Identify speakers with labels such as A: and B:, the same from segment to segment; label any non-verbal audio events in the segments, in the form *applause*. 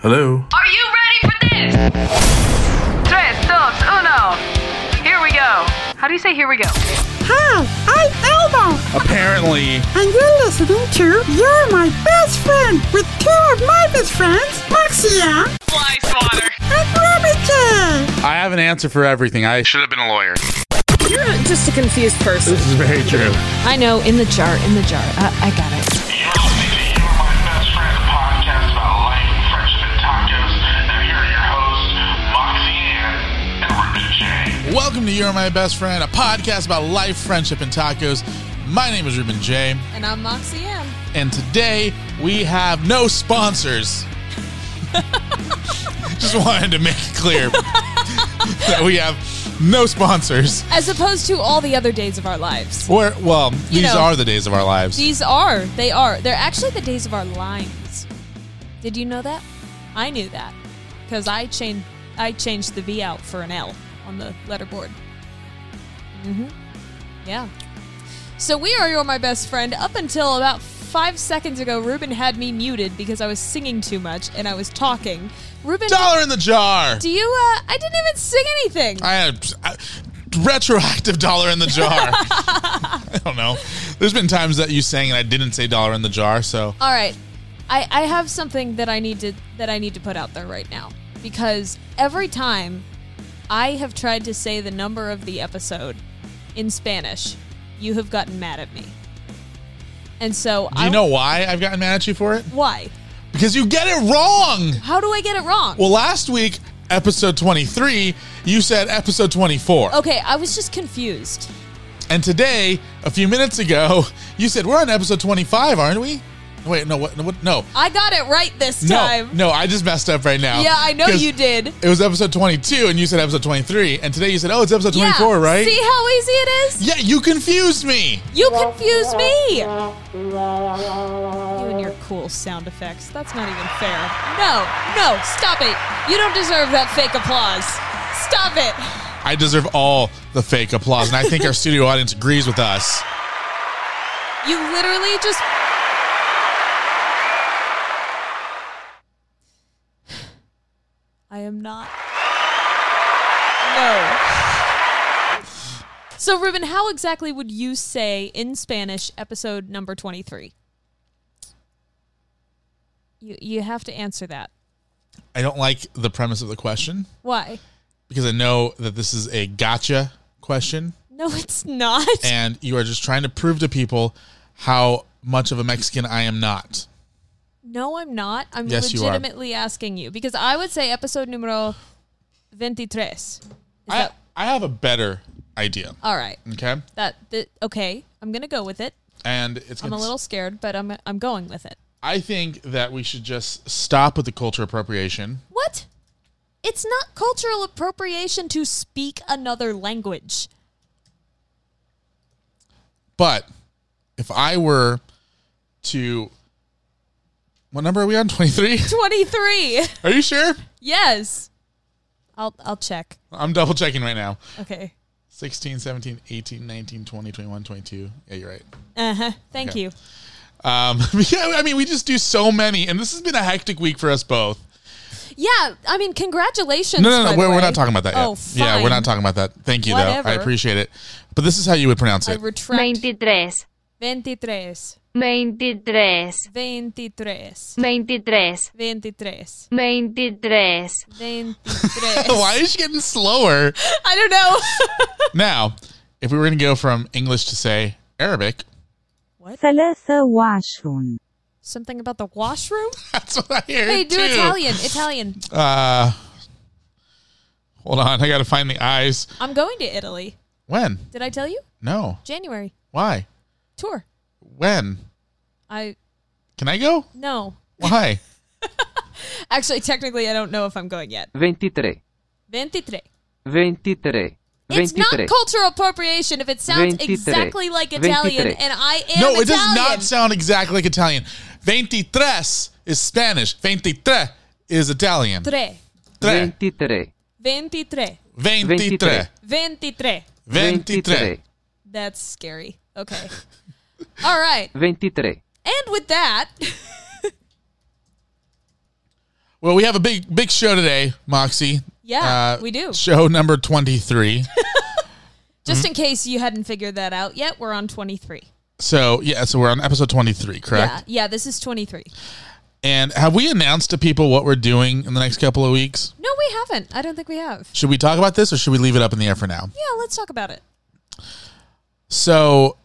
A: Hello.
B: Are you ready for this? Tres, dos, uno. Here we go. How do you say here we go?
C: Hi, I'm Elmo,
D: Apparently,
C: and you're listening to You're My Best Friend with two of my best friends, Moxia
B: Fly swatter.
C: and Robbie J.
D: I have an answer for everything. I should have been a lawyer.
E: You're just a confused person.
D: This is very true.
E: I know, in the jar, in the jar. I, I got it.
F: You're listening to You're My Best Friend, a podcast about life, friendship, and tacos. Now here are your hosts, Moxie Ann and Ruby J.
A: Welcome to You're My Best Friend, a podcast about life, friendship, and tacos. My name is Ruben J,
E: And I'm Moxie M.
A: and today we have no sponsors. *laughs* Just wanted to make it clear *laughs* that we have no sponsors.
G: As opposed to all the other days of our lives.
A: Or, well, these
G: know,
A: are the days of our lives.
G: These are, they are. They're actually the days of our lines. Did you know that? I knew that. Because I changed I changed the V out for an L on the letterboard. Mm-hmm. Yeah. So we are your my best friend. Up until about five seconds ago, Ruben had me muted because I was singing too much and I was talking. Ruben
A: Dollar in the jar.
G: do you uh I didn't even sing anything.
A: I had I- retroactive dollar in the
G: *laughs*
A: jar. I don't know. There's been times that you sang and I didn't say dollar in the jar, so
G: All right. I, I have something that I need to that I need to put out there right now because every time I have tried to say the number of the episode in Spanish, you have gotten mad at me. And so
A: Do
G: I
A: you know why I've gotten mad at you for it?
G: why?
A: Because you get it wrong.
G: How do I get it wrong?
A: Well, last week, episode 23, you said episode 24.
G: okay, I was just confused.
A: And today, a few minutes ago, you said we're on episode 25, aren't we? Wait, no, what? no, what no.
G: I got it right this time.
A: No, no, I just messed up right now.
G: Yeah, I know
A: 'Cause
G: you did.
A: It was episode 22 and you said episode 23 and today you said, "Oh, it's episode 24,
G: yeah.
A: right?"
G: See how easy it is?
A: Yeah, you confused me.
G: You confused me. You and your cool sound effects. That's not even fair. No, no, stop it. You don't deserve that fake applause. Stop it.
A: I deserve all the fake applause, and I think *laughs* our studio audience agrees with us.
G: You literally just. *sighs* I am not. No. So, Ruben, how exactly would you say in Spanish episode number 23? You, you have to answer that.
A: I don't like the premise of the question
G: Why?
A: because I know that this is a gotcha question,
G: No, it's not.
A: and you are just trying to prove to people how much of a Mexican I am not.
G: No, I'm not. I'm
A: Yes, you are.
G: legitimately asking you because I would say episode numero 23. Is
A: I,
G: that,
A: I have a better idea.
G: all right.
A: Okay,
G: That, that okay. I'm gonna go with it.
A: and it's
G: I'm
A: gonna,
G: a little scared, but I'm I'm going with it.
A: I think that we should just stop with the culture appropriation.
G: What? It's not cultural appropriation to speak another language.
A: But if I were to, what number are we on? *laughs* Twenty three.
G: 23.
A: Are you sure?
G: *laughs* yes. I'll I'll check.
A: I'm double checking right now.
G: Okay.
A: 16, 17, 18, 19, 20, 21, 22. Yeah, you're right.
G: Uh huh. Thank
A: Okay.
G: you.
A: Um, *laughs* yeah, I mean, we just do so many, and this has been a hectic week for us both.
G: Yeah. I mean, congratulations.
A: No, no,
G: by
A: no,
G: the
A: we're, we're
G: way.
A: not talking about that yet.
G: Oh, fine.
A: Yeah, we're not talking about that. Thank you,
G: Whatever.
A: though. I appreciate it. But this is how you would pronounce
G: I
A: it.
G: retract.
B: 23.
G: 23.
B: 23.
G: 23.
B: 23.
G: 23.
A: *laughs*
B: 23.
G: 23.
A: Why is she getting
G: *laughs*
A: slower?
G: I don't know. *laughs*
A: now, if we were going to go from English to, say, Arabic, *laughs*
C: Thalatha Washroom.
G: Something about the washroom?
A: that's what I hear.
G: Hey, do
A: too. *laughs*
G: Italian. Italian.
A: Uh, hold on. I got to find the eyes.
G: I'm going to Italy.
A: When?
G: Did I tell you?
A: No.
G: January.
A: Why?
G: Tour.
A: When?
G: I
A: Can I go?
G: No. *laughs*
A: Why?
G: Actually, technically, I don't know if I'm going yet.
H: 23,
G: 23.
H: 23,
G: It's not
H: 23.
G: cultural appropriation if it sounds
H: 23.
G: exactly like Italian,
H: 23.
G: and I am
A: no,
G: Italian.
A: it does not sound exactly like Italian. Veintitres is Spanish. Veintitre is Italian.
G: Tre.
A: Tre.
H: 23,
G: 23.
A: Veintitre.
G: 23.
A: Veintitre.
H: 23,
G: That's scary.
A: *laughs*
G: Okay. All right.
H: 23.
G: And with that, *laughs*
A: Well, we have a big, big show today, Moxie. Uh,
G: Yeah, we do.
A: Show number
G: *laughs*
A: 23.
G: just in case you hadn't figured that out yet, we're on 23.
A: so, yeah, so we're on episode 23, correct?
G: Yeah. Yeah, this is 23.
A: And have we announced to people what we're doing in the next couple of weeks?
G: No, we haven't. I don't think we have.
A: Should we talk about this or should we leave it up in the air for now?
G: Yeah, let's talk about it.
A: So,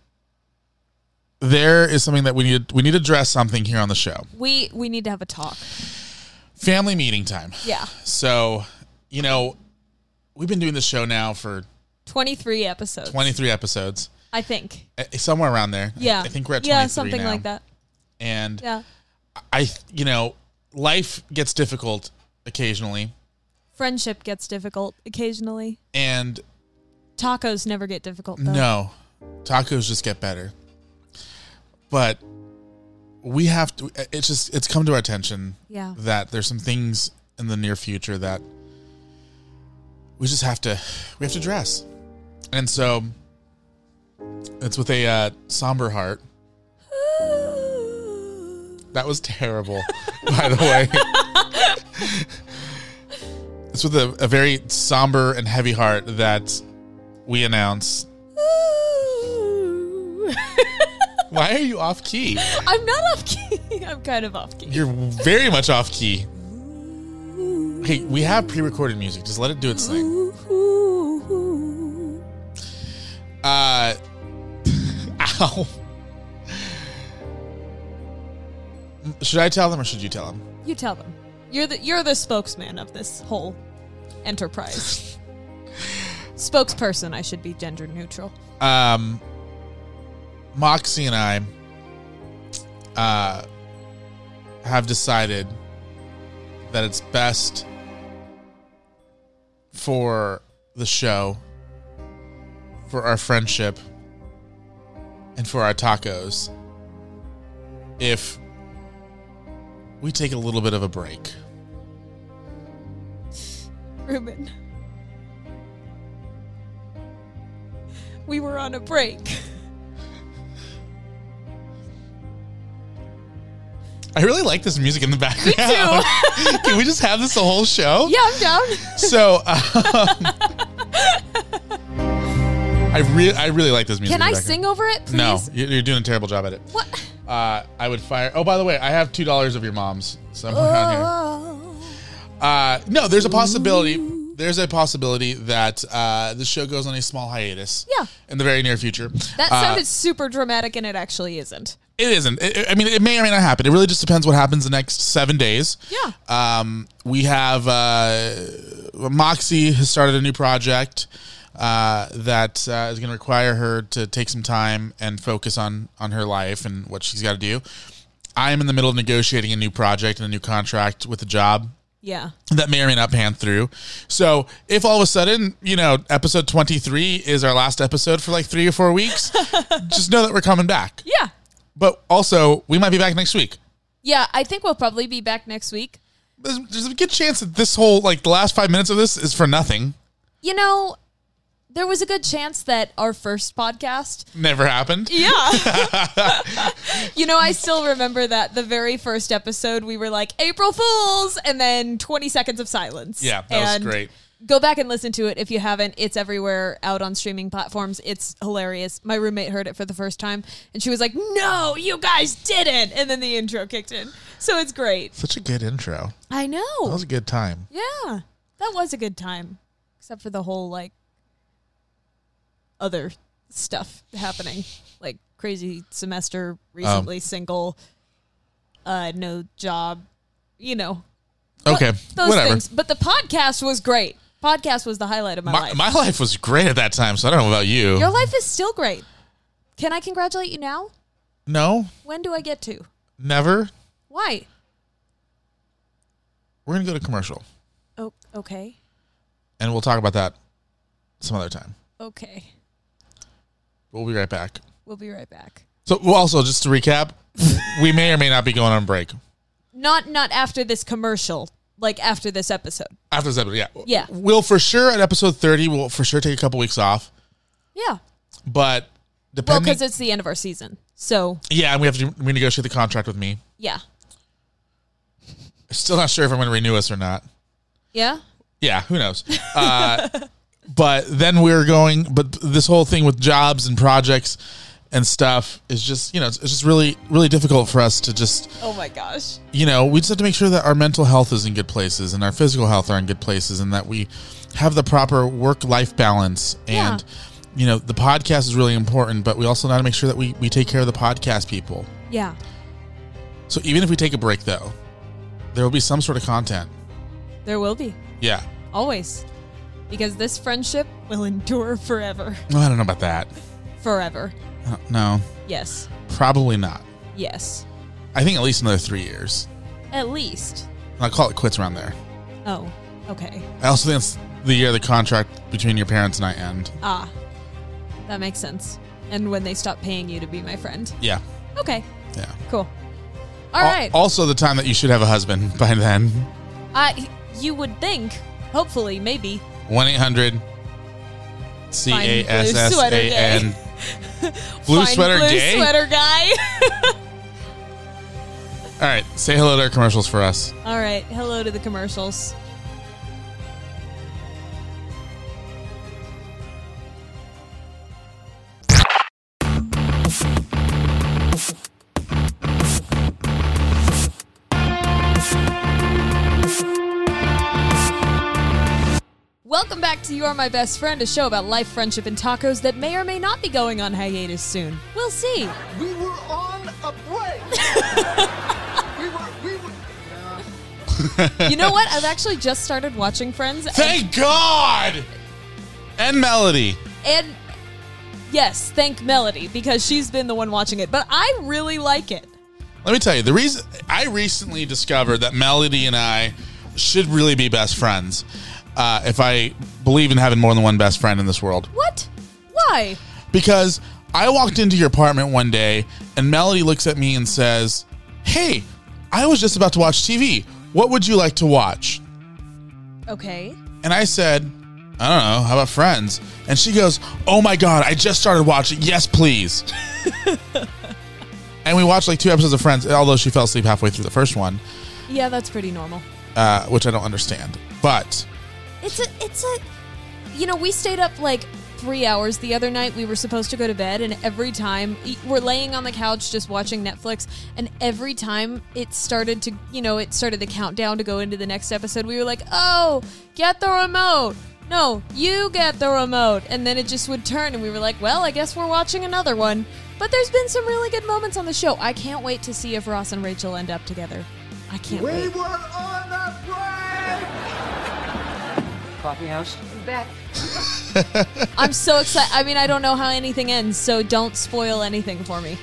A: there is something that we need we need to address something here on the show.
G: We we need to have a talk.
A: Family meeting time.
G: Yeah.
A: So, you know, we've been doing this show now for
G: 23 episodes.
A: 23 episodes,
G: I think.
A: eh, somewhere around there. I-
G: Yeah.
A: I, think we're at 23
G: Yeah, something
A: now.
G: like that.
A: And
G: Yeah.
A: I, th- you know, life gets difficult occasionally,
G: Friendship gets difficult occasionally.
A: and
G: Tacos never get difficult though.
A: no, tacos just get better. But we have to. It's just it's come to our attention
G: Yeah.
A: that there's some things in the near future that we just have to we have to address, and so it's with a uh, somber heart. That was terrible, *laughs* by the way. *laughs* it's with a, a very somber and heavy heart that we announce. Why are you off key?
G: *laughs* I'm not off key. *laughs* I'm kind of off key.
A: You're very much off key. Hey, we have pre recorded music. Just let it do its thing. Uh, *laughs* ow. Should I tell them or should you tell them?
G: You tell them. You're the you're the spokesman of this whole
A: *laughs*
G: enterprise. Spokesperson, I should be gender neutral.
A: um, Moxie and I uh, have decided that it's best for the show, for our friendship, and for our tacos if we take a little bit of a break.
G: Ruben. We were on a break.
A: I really like this music in the background. *laughs* Can we just have this the whole show?
G: Yeah, I'm down.
A: So, um, I really, I really like this music.
G: Can
A: in
G: I
A: the background.
G: sing over it, please?
A: No, you- you're doing a terrible job at it.
G: What?
A: Uh, I would fire. Oh, by the way, I have two dollars of your mom's somewhere around
G: Oh.
A: here. Uh, no, there's a possibility. There's a possibility that uh, the show goes on a small hiatus.
G: Yeah.
A: In the very near future.
G: That
A: Uh,
G: sounded super dramatic, and it actually isn't.
A: It isn't. It- it- I mean, it may or may not happen. It really just depends what happens the next seven days.
G: Yeah.
A: Um, we have uh, Moxie has started a new project uh, that uh, is going to require her to take some time and focus on on her life and what she's got to do. I am in the middle of negotiating a new project and a new contract with a job
G: Yeah.
A: that may or may not pan through. So if all of a sudden, you know, episode 23 is our last episode for like three or four weeks, *laughs* just know that we're coming back.
G: Yeah.
A: But also, we might be back next week.
G: Yeah, I think we'll probably be back next week.
A: There's, there's a good chance that this whole, like, the last five minutes of this is for nothing.
G: You know, there was a good chance that our first podcast.
A: Never happened.
G: Yeah. *laughs* you know, I still remember that the very first episode we were like April Fools and then 20 seconds of silence.
A: Yeah, that was
G: And
A: great.
G: Go back and listen to it if you haven't. It's everywhere out on streaming platforms. It's hilarious. My roommate heard it for the first time and she was like, "No, you guys didn't." And then the intro kicked in. So it's great.
A: Such a good intro.
G: I know.
A: That was a good time.
G: Yeah, that was a good time, except for the whole like other stuff happening, like crazy semester,
A: Um,
G: recently single, uh, no job, you know,
A: Okay,
G: those
A: whatever.
G: things. But the podcast was great. Podcast was the highlight of my,
A: My,
G: life.
A: my life was great at that time, so I don't know about you.
G: Your life is still great. Can I congratulate you now?
A: no?
G: When do I get to?
A: Never.
G: Why?
A: We're gonna go to commercial,
G: Oh, okay.
A: and we'll talk about that some other time.
G: Okay.
A: We'll be right back.
G: We'll be right back.
A: So, well, also just to recap, *laughs* we may or may not be going on break
G: Not not after this commercial, like after this episode.
A: after this episode. Yeah,
G: Yeah.
A: We'll for sure at episode thirty. We'll for sure take a couple weeks off,
G: Yeah.
A: but
G: Well,
A: depending,
G: because it's the end of our season. So,
A: yeah, and we have to renegotiate the contract with me.
G: yeah.
A: Still not sure if I'm going to renew us or not.
G: Yeah?
A: Yeah, who knows? Uh, *laughs* but then we're going. But this whole thing with jobs and projects and stuff is just you know it's, it's just really really difficult for us to just
G: Oh my gosh.
A: you know we just have to make sure that our mental health is in good places and our physical health are in good places and that we have the proper work life balance and you know the podcast is really important but we also got to make sure that we we take care of the podcast people
G: Yeah.
A: so even if we take a break though there will be some sort of content
G: There will be.
A: yeah
G: Always. Because this friendship will endure forever.
A: Well, i don't know about that
G: Forever.
A: Uh, no
G: Yes.
A: probably not
G: Yes.
A: I think at least another three years.
G: At least.
A: I'll call it quits around there.
G: Oh, okay.
A: I also think it's the year the contract between your parents and I end.
G: Ah. That makes sense. And when they stop paying you to be my friend.
A: Yeah.
G: Okay.
A: Yeah.
G: Cool. All right.
A: Al- also, the time that you should have a husband *laughs* by then.
G: I you would think, hopefully, maybe.
A: 1 800 C A S S A N. Blue
G: Fine
A: sweater
G: blue
A: gay?
G: sweater *laughs* guy.
A: All right. Say hello to our commercials for us.
G: All right. Hello to the commercials. Welcome back to You Are My Best Friend, a show about life, friendship, and tacos that may or may not be going on hiatus soon. We'll see.
H: We were on a
G: *laughs*
H: break. we were, we were.
G: You know what? I've actually just started watching Friends. and-
A: Thank God! And Melody.
G: And yes, thank Melody because she's been the one watching it. But I really like it.
A: Let me tell you the reason I recently discovered that Melody and I should really be best friends. Uh, if I believe in having more than one best friend in this world,
G: What? Why?
A: because I walked into your apartment one day and Melody looks at me and says, "Hey, I was just about to watch TV. What would you like to watch?"
G: Okay.
A: And I said, "I don't know. How about Friends?" And she goes, "Oh my god, I just started watching. Yes, please." and we watched like two episodes of Friends, although she fell asleep halfway through the first one.
G: Yeah, that's pretty normal.
A: uh, which I don't understand. But
G: It's a it's a you know, we stayed up like 3 hours the other night. We were supposed to go to bed and every time we're laying on the couch just watching Netflix and every time it started to, you know, it started the countdown to go into the next episode. We were like, "Oh, get the remote." No, you get the remote. And then it just would turn and we were like, "Well, I guess we're watching another one." But there's been some really good moments on the show. I can't wait to see if Ross and Rachel end up together. I can't
H: We
G: wait.
H: were on a break.
I: Coffee house?
H: Back.
G: I'm so excited. I mean, I don't know how anything ends, so don't spoil anything for
A: *sighs*
G: me.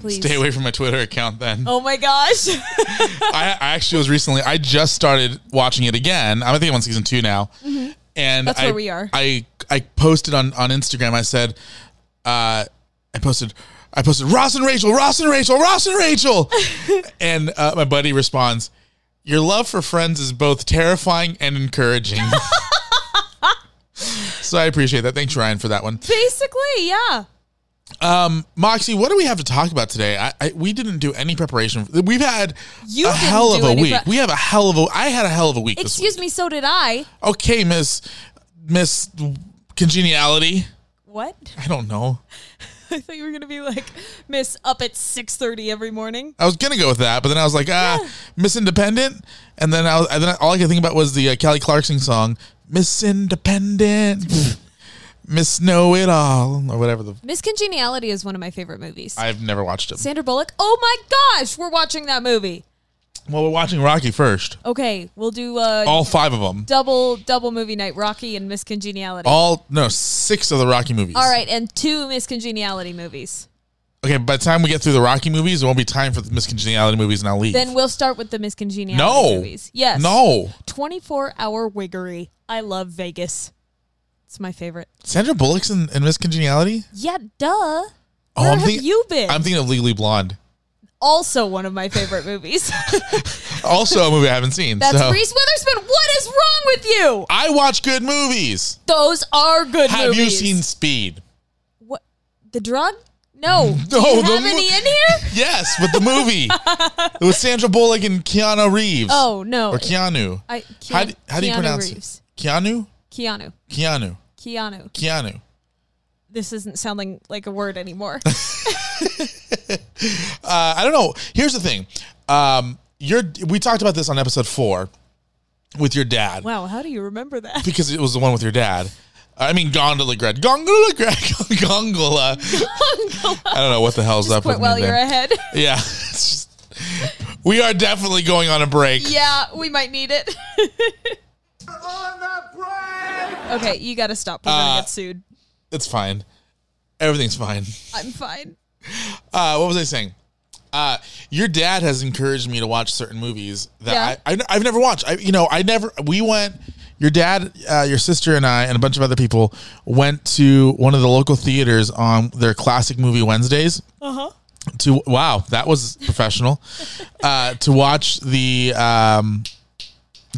G: Please.
A: stay away from my Twitter account then.
G: Oh
A: *laughs*
G: my gosh.
A: I, I actually was recently, I just started watching it again. I'm, I think I'm on season two now. And
G: Mm-hmm. That's
A: I,
G: where we are.
A: I, I posted on, on Instagram, I said, uh, I posted, I posted Ross and Rachel, Ross and Rachel, Ross and
G: *laughs*
A: Rachel. and uh, my buddy responds, Your love for friends is both terrifying and
G: *laughs*
A: encouraging. so I appreciate that. Thanks, Ryan, for that one.
G: Basically, yeah.
A: Um, Moxie, what do we have to talk about today? I, I we didn't do any preparation. We've had
G: You
A: a
G: didn't
A: hell of
G: do
A: a
G: any
A: week.
G: pre-
A: we have a hell of a. I had a hell of a week this week.
G: Excuse me, so did I.
A: Okay, Miss Miss Congeniality.
G: What? *laughs*
A: I don't know.
G: I thought you were going to be like Miss up at 6:30 every morning.
A: I was gonna go with that, but then I was like, ah, Miss Independent, and then I was, and then all I could think about was the uh, Kelly Clarkson song, Miss Independent, *laughs* Miss Know It All, or whatever. The
G: Miss Congeniality is one of my favorite movies.
A: I've never watched it.
G: Sandra Bullock. Oh my gosh, we're watching that movie.
A: Well, we're watching Rocky first.
G: Okay, we'll do uh
A: All five of them.
G: double double movie night Rocky and Miss Congeniality.
A: All no six of the Rocky movies.
G: All right, and two Miss Congeniality movies.
A: Okay, by the time we get through the Rocky movies, it won't be time for the miscongeniality movies, and I'll leave.
G: Then we'll start with the miscongeniality
A: No.
G: movies. Yes.
A: No.
G: 24 hour wiggery. I love Vegas. It's my favorite.
A: Sandra Bullock's in, in miscongeniality.
G: Yeah, duh. Where have
A: thinking,
G: you been?
A: Oh, I'm thinking of Legally Blonde.
G: also one of my
A: *laughs*
G: favorite movies.
A: Also a movie I haven't seen.
G: That's
A: so.
G: Reese Witherspoon. What is wrong with you?
A: I watch good movies.
G: Those are good
A: Have you
G: movies.
A: seen Speed?
G: what the drug? No. Do
A: *laughs* No,
G: you
A: the
G: have
A: mo-
G: any in here?
A: *laughs* Yes, but the
G: *laughs*
A: movie it was Sandra Bullock and Keanu Reeves.
G: Oh, no.
A: or Keanu.
G: I-
A: how
G: Kean-
A: do, how do you
G: Keanu
A: pronounce
G: Reeves.
A: it? Keanu,
G: Keanu.
A: Keanu,
G: Keanu.
A: Keanu.
G: This isn't sounding like a
A: *laughs*
G: word anymore.
A: Uh, I don't know. Here's the thing. Um, you're, we talked about this on episode four with your dad
G: wow, how do you remember that?
A: because it was the one with your dad. Uh, I mean, Gondola Greg, Gondola Greg, *laughs* Gondola. I don't know what the hell's up
G: Quit
A: with
G: while
A: me
G: you're
A: there.
G: ahead. *laughs*
A: Yeah, *laughs* It's just- we are definitely going on a break.
G: yeah, we might need it. Okay, you gotta stop. We're
A: Uh,
G: gonna get sued.
A: It's fine. Everything's fine.
G: I'm fine.
A: Uh, what was I saying? Uh, your dad has encouraged me to watch certain movies that
G: Yeah.
A: I, I I've never watched. I you know I never we went. Your dad, uh, your sister, and I, and a bunch of other people went to one of the local theaters on their classic movie Wednesdays.
G: Uh huh.
A: To wow, that was
G: *laughs*
A: professional. uh, to watch the um,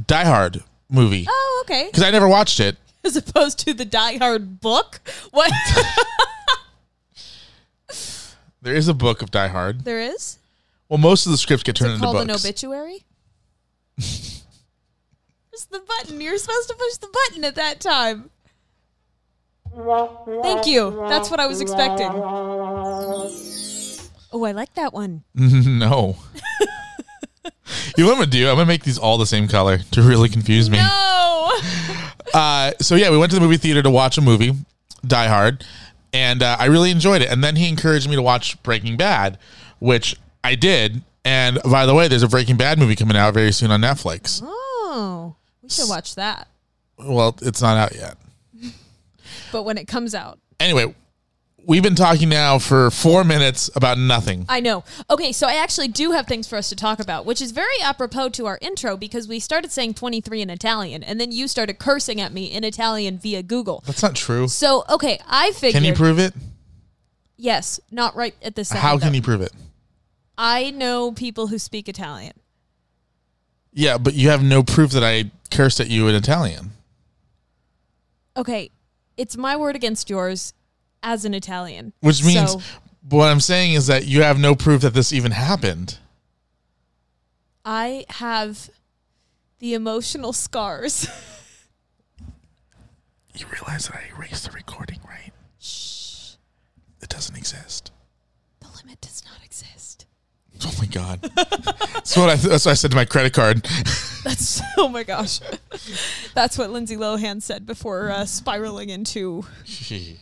A: Die Hard movie
G: Oh, okay. *laughs*
A: because I never watched it.
G: As opposed to the Die Hard book.
A: *laughs*
G: What?
A: There is a book of Die Hard.
G: there is?
A: Well, most of the scripts get turned
G: Is it
A: into
G: called
A: books.
G: an obituary? Where's the button? You're supposed to push the button at that time. Thank you. That's what I was expecting. Oh, I like that one.
A: no. you know what I'm gonna do? I'm gonna make these all the same color to really confuse me. *laughs*
G: No.
A: Uh, so yeah, we went to the movie theater to watch a movie, Die Hard, and uh, I really enjoyed it. And then he encouraged me to watch Breaking Bad, which I did. And by the way, there's a Breaking Bad movie coming out very soon on Netflix.
G: Oh, we should watch that.
A: Well, it's not out yet.
G: But when it comes out,
A: Anyway, we've been talking now for four minutes about nothing.
G: I know. Okay, so I actually do have things for us to talk about, which is very apropos to our intro because we started saying 23 in Italian and then you started cursing at me in Italian via Google.
A: That's not true.
G: So, okay, I figured.
A: Can you prove it?
G: Yes, not right at this second.
A: How can
G: though.
A: you prove it?
G: I know people who speak Italian.
A: Yeah, but you have no proof that I cursed at you in Italian.
G: Okay, it's my word against yours as an Italian.
A: Which means,
G: So,
A: but what I'm saying is that you have no proof that this even happened.
G: I have the emotional scars. *laughs*
A: You realize that I erased the recording, right? Shh. It doesn't exist.
G: the limit does not exist.
A: Oh my god. *laughs* that's what I. That's what I said to my credit
G: *laughs*
A: card. *laughs*
G: That's *laughs* oh my gosh. That's what Lindsay Lohan said before uh, spiraling into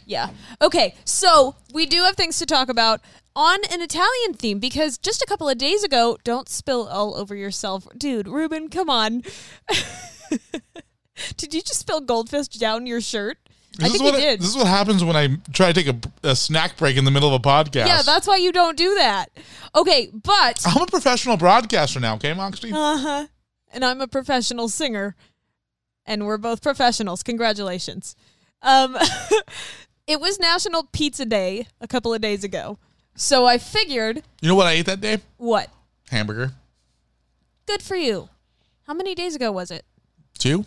G: yeah. Okay, so we do have things to talk about on an Italian theme because just a couple of days ago, don't spill all over yourself, dude. Ruben, come on. *laughs* did you just spill goldfish down your shirt? I
A: This is
G: think
A: what
G: you did.
A: This is what happens when I try to take a, a snack break in the middle of a podcast.
G: yeah, that's why you don't do that. Okay, but
A: I'm a professional broadcaster now. Okay, Moxley.
G: uh huh. And I'm a professional singer, and we're both professionals. Congratulations. Um, *laughs* it was National Pizza Day a couple of days ago, so I figured
A: you know what I ate that day?
G: what
A: Hamburger.
G: Good for you. How many days ago was it?
A: Two.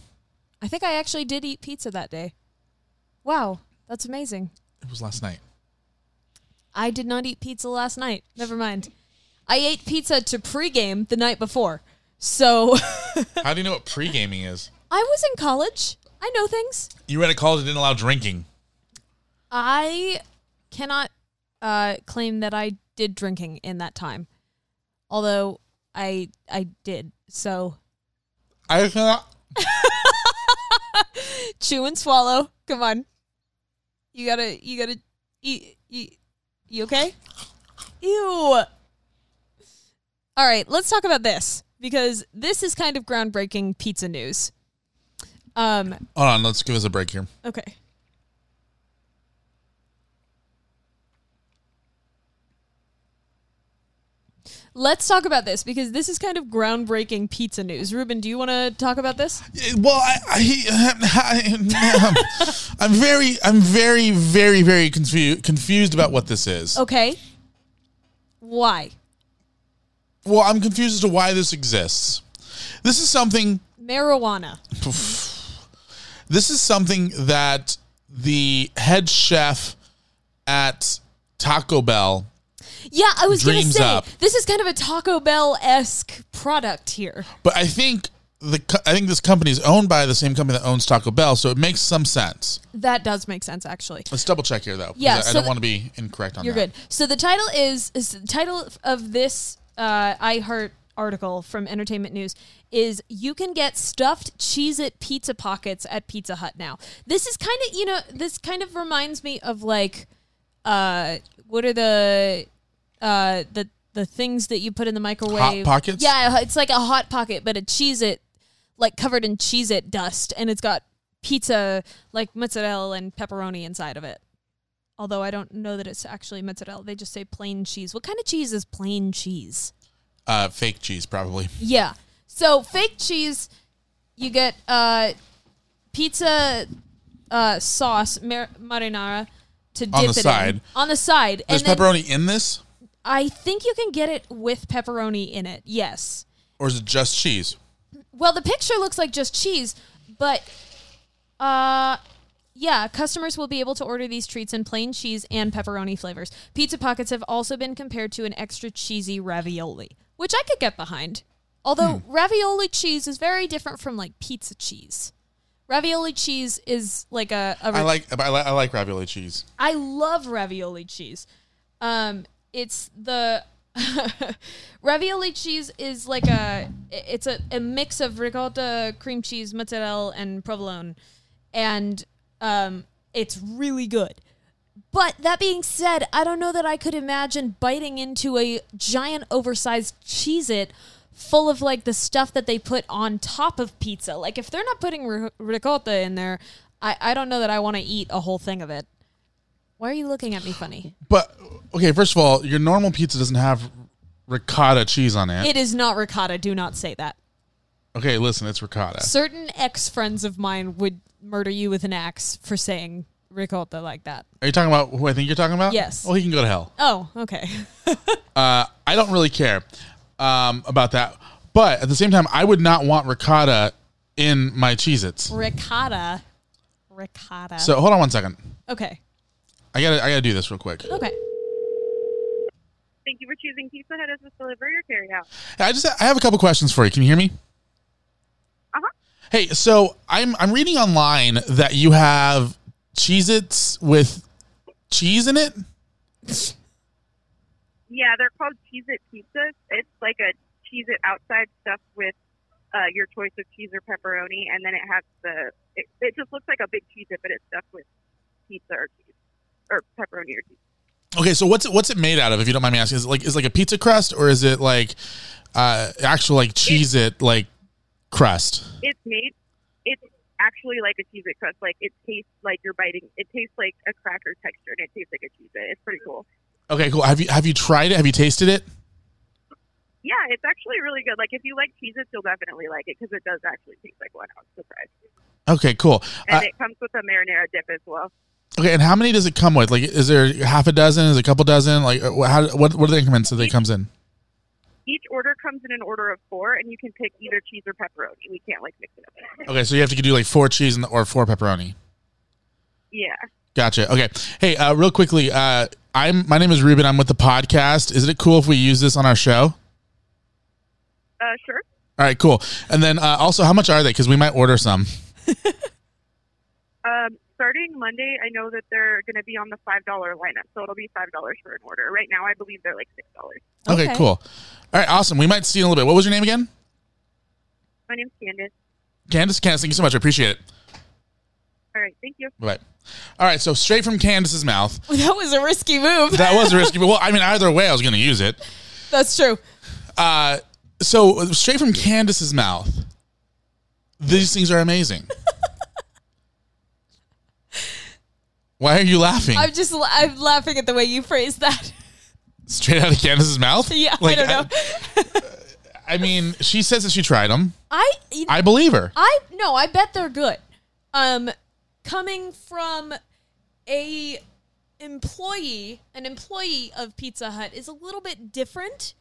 G: I think I actually did eat pizza that day. Wow, that's amazing.
A: It was last
G: *laughs*
A: night.
G: I did not eat pizza last night. Never mind. I ate pizza to pregame the night before. So *laughs*
A: How do you know what pre gaming is?
G: I was in college. I know things.
A: You were at a college that didn't allow drinking.
G: I cannot uh, claim that I did drinking in that time, although I I did. So
A: I cannot.
G: chew and swallow. Come on, you gotta you gotta eat. eat. You okay? Ew. All right, let's talk about this because this is kind of groundbreaking pizza news. Um.
A: Hold on. Let's give us a break here.
G: Okay. Let's talk about this because this is kind of groundbreaking pizza news. Ruben, do you want to talk about this?
A: Well, I, I, I *laughs* I'm very, I'm very, very, very confused confused about what this is.
G: Okay. Why?
A: Well, I'm confused as to why this exists. This is something.
G: Marijuana.
A: This is something that the head chef at Taco Bell.
G: Yeah, I was going to
A: Dreams
G: say
A: up.
G: this is kind of a Taco Bell esque product here.
A: But I think the co- I think this company is owned by the same company that owns Taco Bell, so it makes some sense.
G: That does make sense, actually.
A: Let's double check here, though. because
G: Yeah,
A: I, I
G: so
A: don't
G: th-
A: want to be incorrect on
G: You're
A: that.
G: good. So the title is, is the title of this uh, iHeart article from Entertainment News is you can get stuffed cheese it pizza pockets at Pizza Hut now. This is kind of you know this kind of reminds me of like uh what are the uh the the things that you put in the microwave
A: Pockets?
G: Yeah, it's like a hot pocket but a cheese it like covered in cheese it dust and it's got pizza like mozzarella and pepperoni inside of it. Although I don't know that it's actually mozzarella. They just say plain cheese. What kind of cheese is plain cheese?
A: Uh, fake cheese, probably.
G: Yeah. So fake cheese, you get uh, pizza uh, sauce mar- marinara to dip
A: On the
G: it
A: side.
G: in on the side.
A: There's
G: and then
A: pepperoni in this,
G: I think you can get it with pepperoni in it. Yes.
A: or is it just cheese?
G: Well, the picture looks like just cheese, but uh yeah, customers will be able to order these treats in plain cheese and pepperoni flavors. Pizza pockets have also been compared to an extra cheesy ravioli, which I could get behind. Although
A: Hmm.
G: ravioli cheese is very different from like pizza cheese. Ravioli cheese is like a, a
A: I like I like, I like ravioli cheese.
G: I love ravioli cheese. Um, it's the *laughs* ravioli cheese is like a it's a, a mix of ricotta, cream cheese, mozzarella, and provolone, and um, it's really good. But that being said, I don't know that I could imagine biting into a giant oversized cheese it full of like the stuff that they put on top of pizza. Like if they're not putting ri- ricotta in there, I, I don't know that I want to eat a whole thing of it. Why are you looking at me funny?
A: But okay, first of all, your normal pizza doesn't have ricotta cheese on it.
G: It is not ricotta. Do not say that.
A: okay, listen, it's ricotta.
G: Certain ex friends of mine would murder you with an axe for saying ricotta like that.
A: Are you talking about who I think you're talking about?
G: Yes.
A: Well, he can go to hell.
G: Oh, okay. *laughs*
A: Uh, I don't really care um, about that. But at the same time, I would not want ricotta in my Cheez Its.
G: ricotta. Ricotta.
A: So hold on one second.
G: Okay.
A: I gotta I gotta do this real quick.
G: Okay. *laughs*
J: Thank you for choosing Pizza Hut as a delivery or carry out.
A: Hey, I just I have a couple questions for you. Can you hear me?
J: Uh-huh.
A: Hey, so I'm I'm reading online that you have Cheez Its with cheese in it?
J: Yeah, they're called Cheez It pizzas. It's like a Cheez It outside stuffed with uh, your choice of cheese or pepperoni, and then it has the. It, it just looks like a big Cheez It, but it's stuffed with pizza or cheese or pepperoni or cheese.
A: Okay, so what's it what's it made out of? If you don't mind me asking, is it like is it like a pizza crust or is it like uh actual like cheese it like crust?
J: It's made. It's actually like a Cheez It crust. Like it tastes like you're biting. It tastes like a cracker texture, and it tastes like a Cheez It. It's pretty cool.
A: Okay, cool. Have you have you tried it? Have you tasted it?
J: Yeah, it's actually really good. Like if you like Cheez Its, you'll definitely like it because it does actually taste like one. I was surprised.
A: Okay, cool.
J: And
A: Uh,
J: it comes with a marinara dip as well.
A: okay, and how many does it come with? Like, is there half a dozen? Is it a couple dozen? Like, uh, wh- how, what what are the increments that it comes in?
J: Each order comes in an order of four, and you can pick either cheese or pepperoni. We can't like mix it up.
A: Okay, so you have to do like four cheese and or four pepperoni.
J: Yeah.
A: Gotcha. Okay. Hey, uh, real quickly, uh, I'm my name is Ruben. I'm with the podcast. Is it cool if we use this on our show?
J: Uh, sure.
A: All right, cool. And then uh, also, how much are they? Because we might order some.
J: Um, starting Monday, I know that they're going to be on the five dollar lineup, so it'll be five dollars for an order. Right now, I believe they're like six dollars.
A: Okay, cool. All right, awesome. We might see you in a little bit. What was your name again?
J: My name's Candace.
A: Candace. Candace, thank you so much. I appreciate it.
J: All right, thank you.
A: Bye. All right, so straight from Candace's mouth.
G: That was a
A: *laughs*
G: risky move.
A: That was risky, but well, I mean, either way, I was going to use it.
G: That's true.
A: Uh, so straight from Candace's mouth, these things are amazing. Why are you laughing?
G: I'm just la- I'm laughing at the way you phrased that. *laughs*
A: straight out of Candace's mouth?
G: Yeah, I
A: Like,
G: don't know.
A: I mean, she says that she tried them.
G: I
A: I believe her.
G: I no, I bet they're good. Um, coming from a employee, an employee of Pizza Hut is a little bit different.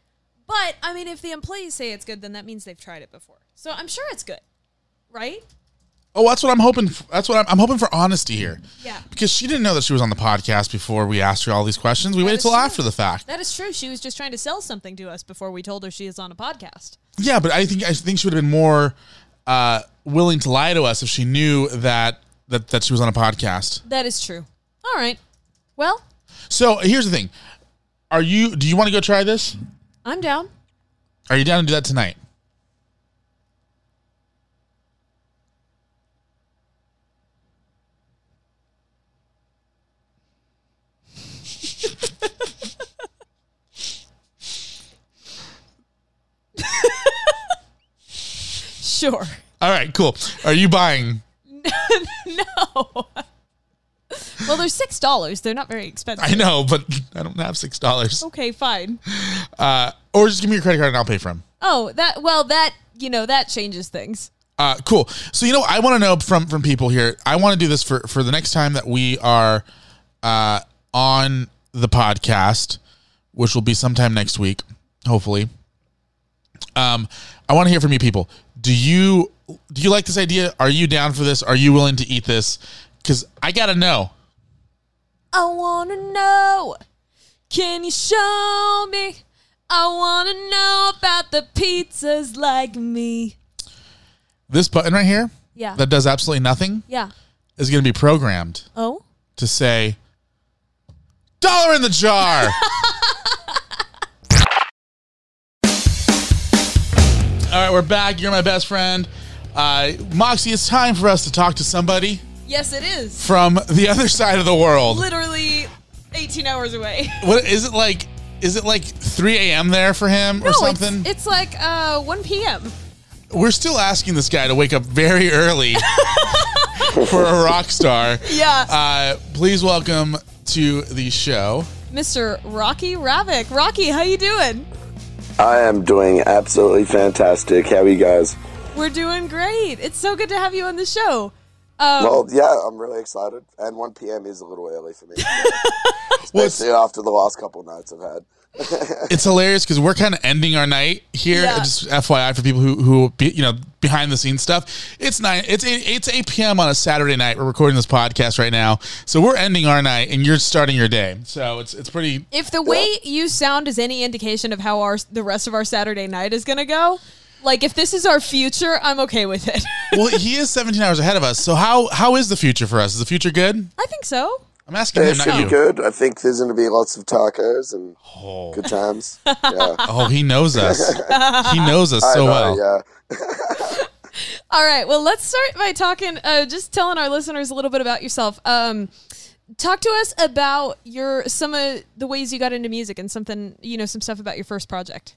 G: But I mean, if the employees say it's good, then that means they've tried it before. So I'm sure it's good, right?
A: Oh, that's what I'm hoping. f that's what I'm, I'm hoping for honesty here.
G: Yeah.
A: Because she didn't know that she was on the podcast before we asked her all these questions. We waited till after the fact.
G: That is true. She was just trying to sell something to us before we told her she is on a podcast.
A: Yeah, but I think I think she would have been more uh, willing to lie to us if she knew that that that she was on a podcast.
G: That is true. All right. Well,
A: So here's the thing: Are you? Do you want to go try this?
G: I'm down.
A: Are you down to do that tonight?
G: Sure. *laughs*
A: All right, cool. Are you buying?
G: no. *laughs* Well, they're six dollars. They're not very expensive.
A: I know, but I don't have six dollars.
G: Okay, fine.
A: Uh, or just give me your credit card and I'll pay for them.
G: Oh, that well, that you know, that changes things.
A: Uh, cool. So you know, I want to know from from people here. I want to do this for for the next time that we are uh, on the podcast, which will be sometime next week, hopefully. Um, I want to hear from you people. Do you do you like this idea? Are you down for this? Are you willing to eat this? Because I gotta know.
G: I wanna know. Can you show me? I wanna know about the pizzas like me.
A: This button right here,
G: Yeah.
A: that does absolutely nothing,
G: Yeah.
A: is going to be programmed
G: Oh.
A: to say dollar in the jar. All right, we're back. You're my best friend. Uh, Moxie, it's time for us to talk to somebody
G: Yes, it is.
A: from the *laughs* other side of the world.
G: Literally 18 hours away.
A: What is it like? Is it like 3 a.m. there for him
G: *laughs*
A: or
G: it's-
A: something?
G: It's, like uh, 1 p.m.
A: We're still asking this guy to wake up very early for a rock star.
G: Yeah.
A: Uh, please welcome to the show.
G: Mr. Rocky Ravick. Rocky, how you doing?
K: I am doing absolutely fantastic. How are you guys?
G: We're doing great. It's so good to have you on the show. Um,
K: well, Oh, yeah, I'm really excited. And 1 p.m. is a little early for me. Especially after the last couple nights I've had.
A: It's hilarious because we're kind of ending our night here.
K: Yeah.
A: Just FYI for people who who be, you know behind the scenes stuff. It's nine. It's eight, it's eight p.m. on a Saturday night. We're recording this podcast right now, so we're ending our night, and you're starting your day. So it's it's pretty.
G: if the way you sound is any indication of how our the rest of our Saturday night is gonna go, like if this is our future, I'm okay with it. *laughs*
A: well, he is 17 hours ahead of us. So how how is the future for us? Is the future good?
G: I think so.
A: I'm asking
K: it
A: him,
K: should
A: not
K: be
A: you.
K: good. I think there's going to be lots of tacos and good times. Yeah.
A: Oh, he knows us. he knows
K: *laughs*
A: us
K: I
A: so
K: know,
A: well.
K: Yeah.
G: All right. Well, let's start by talking, uh, just telling our listeners a little bit about yourself. Um, talk to us about your some of the ways you got into music and something, you know, some stuff about your first project.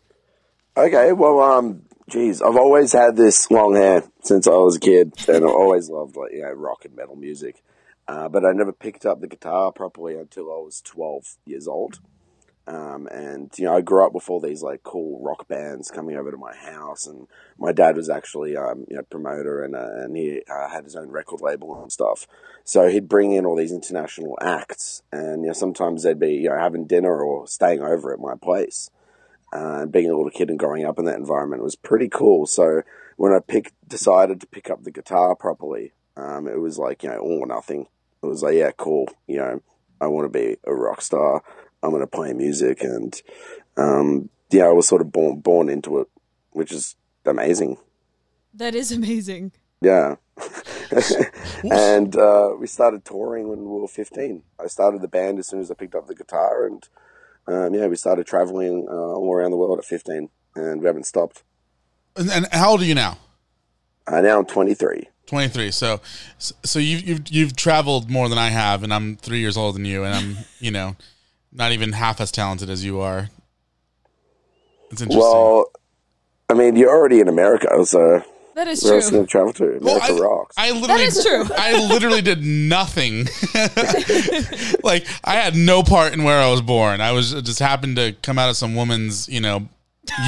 K: Okay, well, um, geez, I've always had this long hair since I was a kid, and I always loved like you know rock and metal music, uh, but I never picked up the guitar properly until I was twelve years old. Um, and you know, I grew up with all these like cool rock bands coming over to my house, and my dad was actually um, you know promoter, and uh, and he uh, had his own record label and stuff. So he'd bring in all these international acts, and you know sometimes they'd be you know having dinner or staying over at my place uh, and being a little kid and growing up in that environment was pretty cool. So when I picked, decided to pick up the guitar properly, um, it was like you know all or nothing. It was like yeah, cool. You know, I want to be a rock star. I'm going to play music, and um, yeah, I was sort of born born into it, which is amazing.
G: That is amazing.
K: Yeah. and uh, we started touring when we were 15. I started the band as soon as I picked up the guitar, and um, yeah, we started traveling uh, all around the world at 15, and we haven't stopped.
A: And, and how old are you now?
K: Uh, now I'm 23.
A: 23. So, so you've, you've you've traveled more than I have, and I'm three years older than you, and I'm *laughs* you know not even half as talented as you are. It's interesting.
K: Well, I mean, you're already in America, so
G: That is
K: Where
G: true.
K: else can I travel to? America rocks.
A: I literally,
G: is true.
A: I literally did nothing. *laughs* like I had no part in where I was born. I was just happened to come out of some woman's, you know,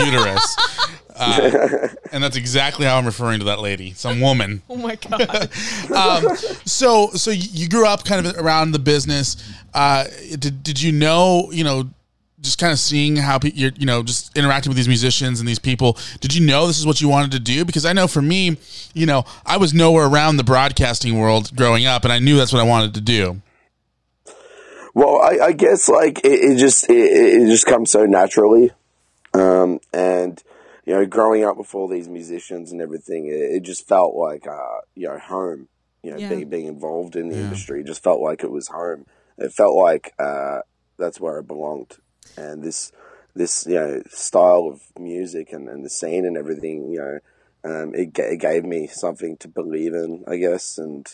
A: uterus,
K: *laughs*
A: uh, and that's exactly how I'm referring to that lady, some woman.
G: Oh my god.
A: Um, so, so you grew up kind of around the business. Uh, did did you know, you know? Just kind of seeing how pe- you're, you know, just interacting with these musicians and these people. Did you know this is what you wanted to do? Because I know for me, you know, I was nowhere around the broadcasting world growing up, and I knew that's what I wanted to do.
K: Well, I, I guess like it, it just it, it it just comes so naturally, um, and you know, growing up with all these musicians and everything, it, it just felt like uh, you know home. You know,
L: Yeah.
K: being being involved in the industry just felt like it was home. It felt like uh, that's where I belonged, and this this you know style of music and, and the scene and everything, you know, um, it, ga- it gave me something to believe in, I guess, and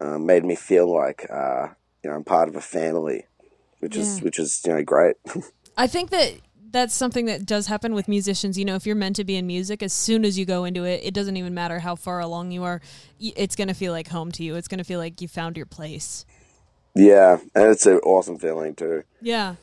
K: um, made me feel like uh, you know I'm part of a family, which is
G: Yeah.
K: which is you know great. *laughs*
G: I think that that's something that does happen with musicians. You know, if you're meant to be in music, as soon as you go into it, it doesn't even matter how far along you are. y- It's going to feel like home to you. It's going to feel like you found your place.
K: yeah, and it's an awesome feeling too.
G: Yeah.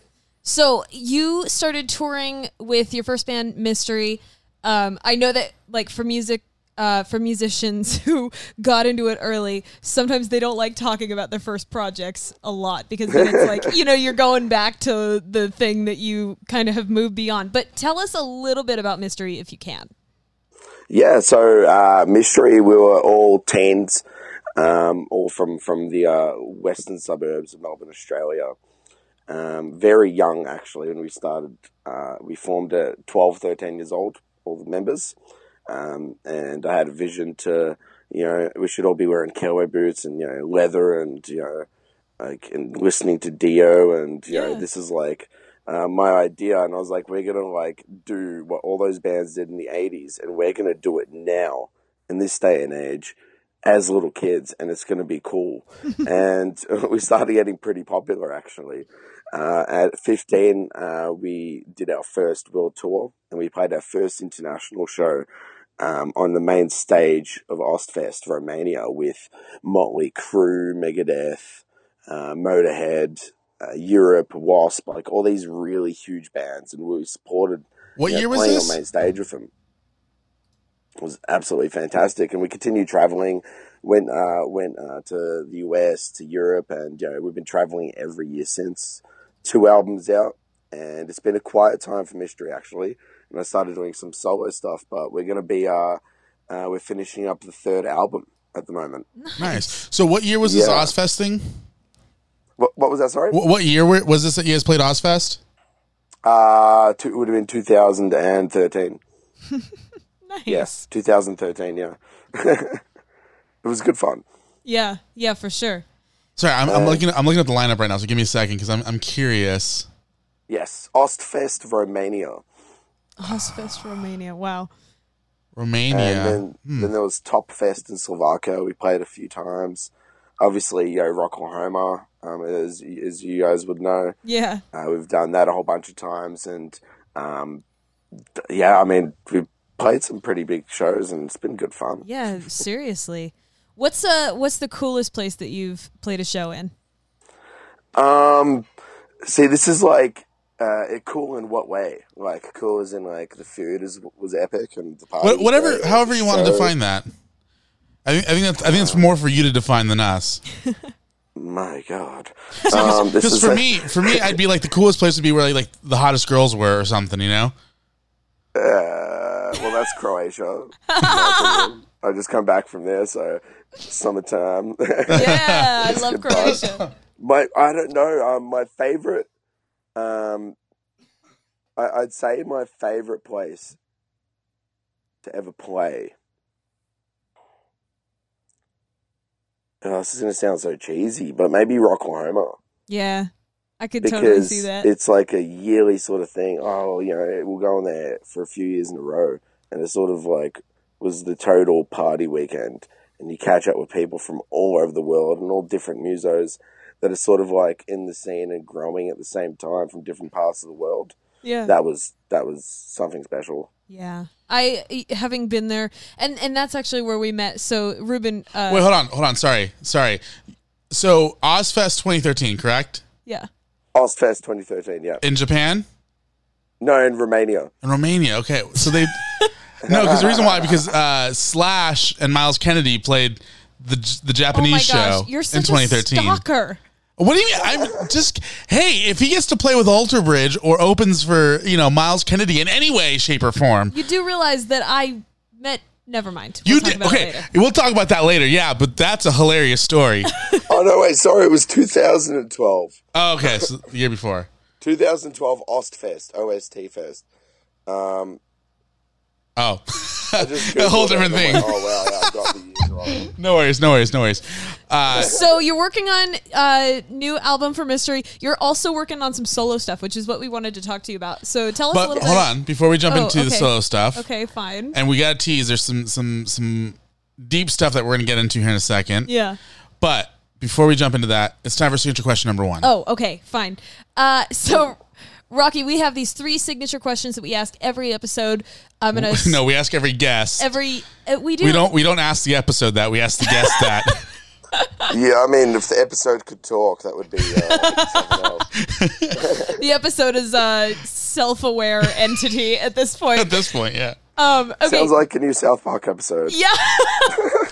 G: So you started touring with your first band, Mystery. Um, I know that, like, for music, uh, for musicians *laughs* who got into it early, sometimes they don't like talking about their first projects a lot because then it's like, you know, you're going back to the thing that you kind of have moved beyond. But tell us a little bit about Mystery if you can.
K: Yeah, so uh, mystery. We were all teens, um, all from from the uh, western suburbs of Melbourne, Australia. Um, very young, actually, when we started. Uh, we formed at 12, 13 years old, all the members, um, and I had a vision to, you know, we should all be wearing cowboy boots and you know leather and you know like and listening to Dio and you know this is like uh, my idea and I was like we're gonna like do what all those bands did in the 80s and we're gonna do it now in this day and age as little kids and it's gonna be cool and *laughs* we started getting pretty popular actually uh, at 15 uh, we did our first world tour and we played our first international show um, on the main stage of Ostfest Romania with Motley Crue, Megadeth, uh, Motorhead, uh, Europe, Wasp, like all these really huge bands, and we supported.
A: What
K: you know,
A: year was
K: playing
A: this?
K: on main stage with them? It was absolutely fantastic, and we continued traveling. Went uh, went uh, to the US, to Europe, and you know, we've been traveling every year since. Two albums out, and it's been a quiet time for Mystery actually. And I started doing some solo stuff, but we're gonna be uh, uh, we're finishing up the third album at the moment.
A: Nice. So, what year was this
K: Yeah.
A: Ozfest thing?
K: What, what was that? Sorry.
A: What, what year were, was this that you guys played Ozfest?
K: Uh, two, it would have been
G: *laughs*
K: 2013. nice. Yes, 2013, yeah. *laughs* it was good fun.
G: Yeah. Yeah, for sure.
A: Sorry, I'm, I'm
K: Uh,
A: looking. I'm looking at the lineup right now. So give me a second because I'm, I'm curious.
K: Yes, Ostfest Romania.
G: Ozfest Romania. Wow.
A: Romania.
K: And then,
A: Hmm.
K: then there was Top Fest in Slovakia. We played a few times. Obviously, you know, Rocklahoma, um, as, as you guys would know.
G: Yeah.
K: Uh, we've done that a whole bunch of times. And um, th- yeah, I mean, we've played some pretty big shows and it's been good fun.
G: Yeah, seriously. What's uh what's the coolest place that you've played a show in?
K: Um, see, this is like uh, it cool in what way? Like cool as in like the food is was epic and the party.
A: What,
K: was
A: whatever,
K: great,
A: however
K: the
A: you want to
K: show-
A: define that. I think I think that's I think it's more for you to define than us.
K: My
A: *laughs*
K: God, Um, this
A: Because
K: is
A: for
K: like-
A: me, for me, I'd be like the coolest place would be where like the hottest girls were or something. You know,
K: Uh, well, that's Croatia.
G: *laughs*
K: I just come back from there, so summertime.
G: Yeah,
K: *laughs*
G: I love Croatia.
K: My, I don't know. Um, my favorite, um, I, I'd say my favorite place to ever play. Oh, this is gonna sound so cheesy, but maybe Rocklahoma
G: Yeah. I could
K: because
G: totally see that.
K: it's like a yearly sort of thing. Oh, you know, we'll go on there for a few years in a row, and it's sort of like was the total party weekend, and you catch up with people from all over the world and all different musos that are sort of like in the scene and growing at the same time from different parts of the world.
G: Yeah.
M: that was that was something special.
G: Yeah. I e, having been there, and and that's actually where we met. So Ruben. Uh,
A: Wait, hold on, hold on. Sorry, sorry. So Ozfest 2013, correct?
G: Yeah.
M: Ozfest 2013, yeah.
A: In Japan?
M: No, in Romania.
A: In Romania. Okay, so they. no, because the reason why because uh, Slash and Miles Kennedy played the the
G: oh my
A: Japanese
G: gosh,
A: show
G: you're
A: in
G: such
A: 2013.
G: a stalker.
A: What do you mean? I'm just hey, if he gets to play with Alter Bridge or opens for you know Miles Kennedy in any way, shape, or form,
G: You do realize that I met. Never mind.
A: you
G: We'll talk
A: did
G: about it
A: okay.
G: later.
A: We'll talk about that later. Yeah, but that's a hilarious story. *laughs*
M: oh no, wait, sorry, it was 2012.
A: oh, okay, so the year before.
M: 2012 Ostfest, OST Fest. Um,
A: Oh, *laughs*
M: I just
A: A whole
M: Googled it
A: different
M: and I'm
A: thing.
M: like, oh wow, yeah, I got the years wrong.
A: no worries, no worries, no worries. Uh,
G: So you're working on a new album for Mystery. You're also working on some solo stuff, which is what we wanted to talk to you about. So tell us
A: but
G: a little
A: hold
G: bit.
A: on, before we jump
G: Oh,
A: into the
G: okay.
A: solo stuff,
G: Okay, fine.
A: and we got to tease. There's some some some deep stuff that we're gonna get into here in a second.
G: Yeah.
A: But before we jump into that, it's time for signature question number one.
G: Oh, okay, fine. Uh, so, Rocky, we have these three signature questions that we ask every episode. I'm gonna
A: *laughs* no, we ask every guest.
G: every uh, we do.
A: we don't we don't ask the episode that we ask the guest that.
M: Yeah, I mean, if the episode could talk, that would be. Uh, something else.
G: *laughs* The episode is a self-aware entity at this
A: *laughs*
G: point.
A: At this point, yeah.
G: Um, okay.
M: Sounds like a new South Park episode.
G: Yeah. *laughs*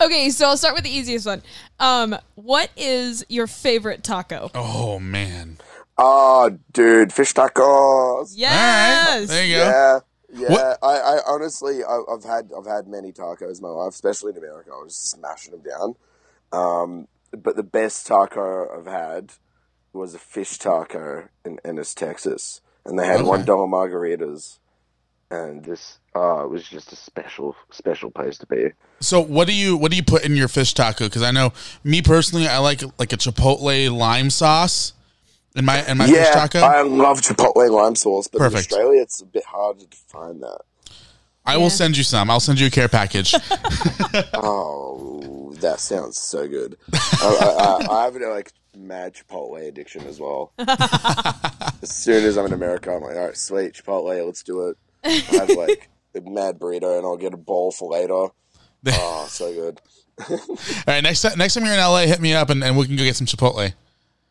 G: okay, so I'll start with the easiest one. Um, what is your favorite taco?
A: Oh man.
M: Oh, dude, fish tacos.
G: Yes.
A: There you go.
M: Yeah, yeah.
A: What-
M: I, I honestly, I, I've had, I've had many tacos in my life, especially in America. I was just smashing them down. Um, but the best taco I've had was a fish taco in Ennis, Texas, and they had
A: Okay.
M: one dollar margaritas, and this,
K: uh,
M: oh, it was just a special, special place to be.
A: So what do you what do you put in your fish taco? Because I know me personally, I like like a chipotle lime sauce in my in my fish
M: yeah,
A: taco.
M: I love chipotle lime sauce, but
A: Perfect.
M: in Australia it's a bit harder to find that.
A: I will send you some. I'll send you a care
G: *laughs*
A: package.
M: Oh, that sounds so good. I, I, I, I have a like mad Chipotle addiction as well. as soon as I'm in America, I'm like, all right, sweet Chipotle, let's do it. I have like a mad burrito, and I'll get a bowl for later. Oh, so good.
A: All right, next ti- next time you're in LA, hit me up and, and we can go get some chipotle.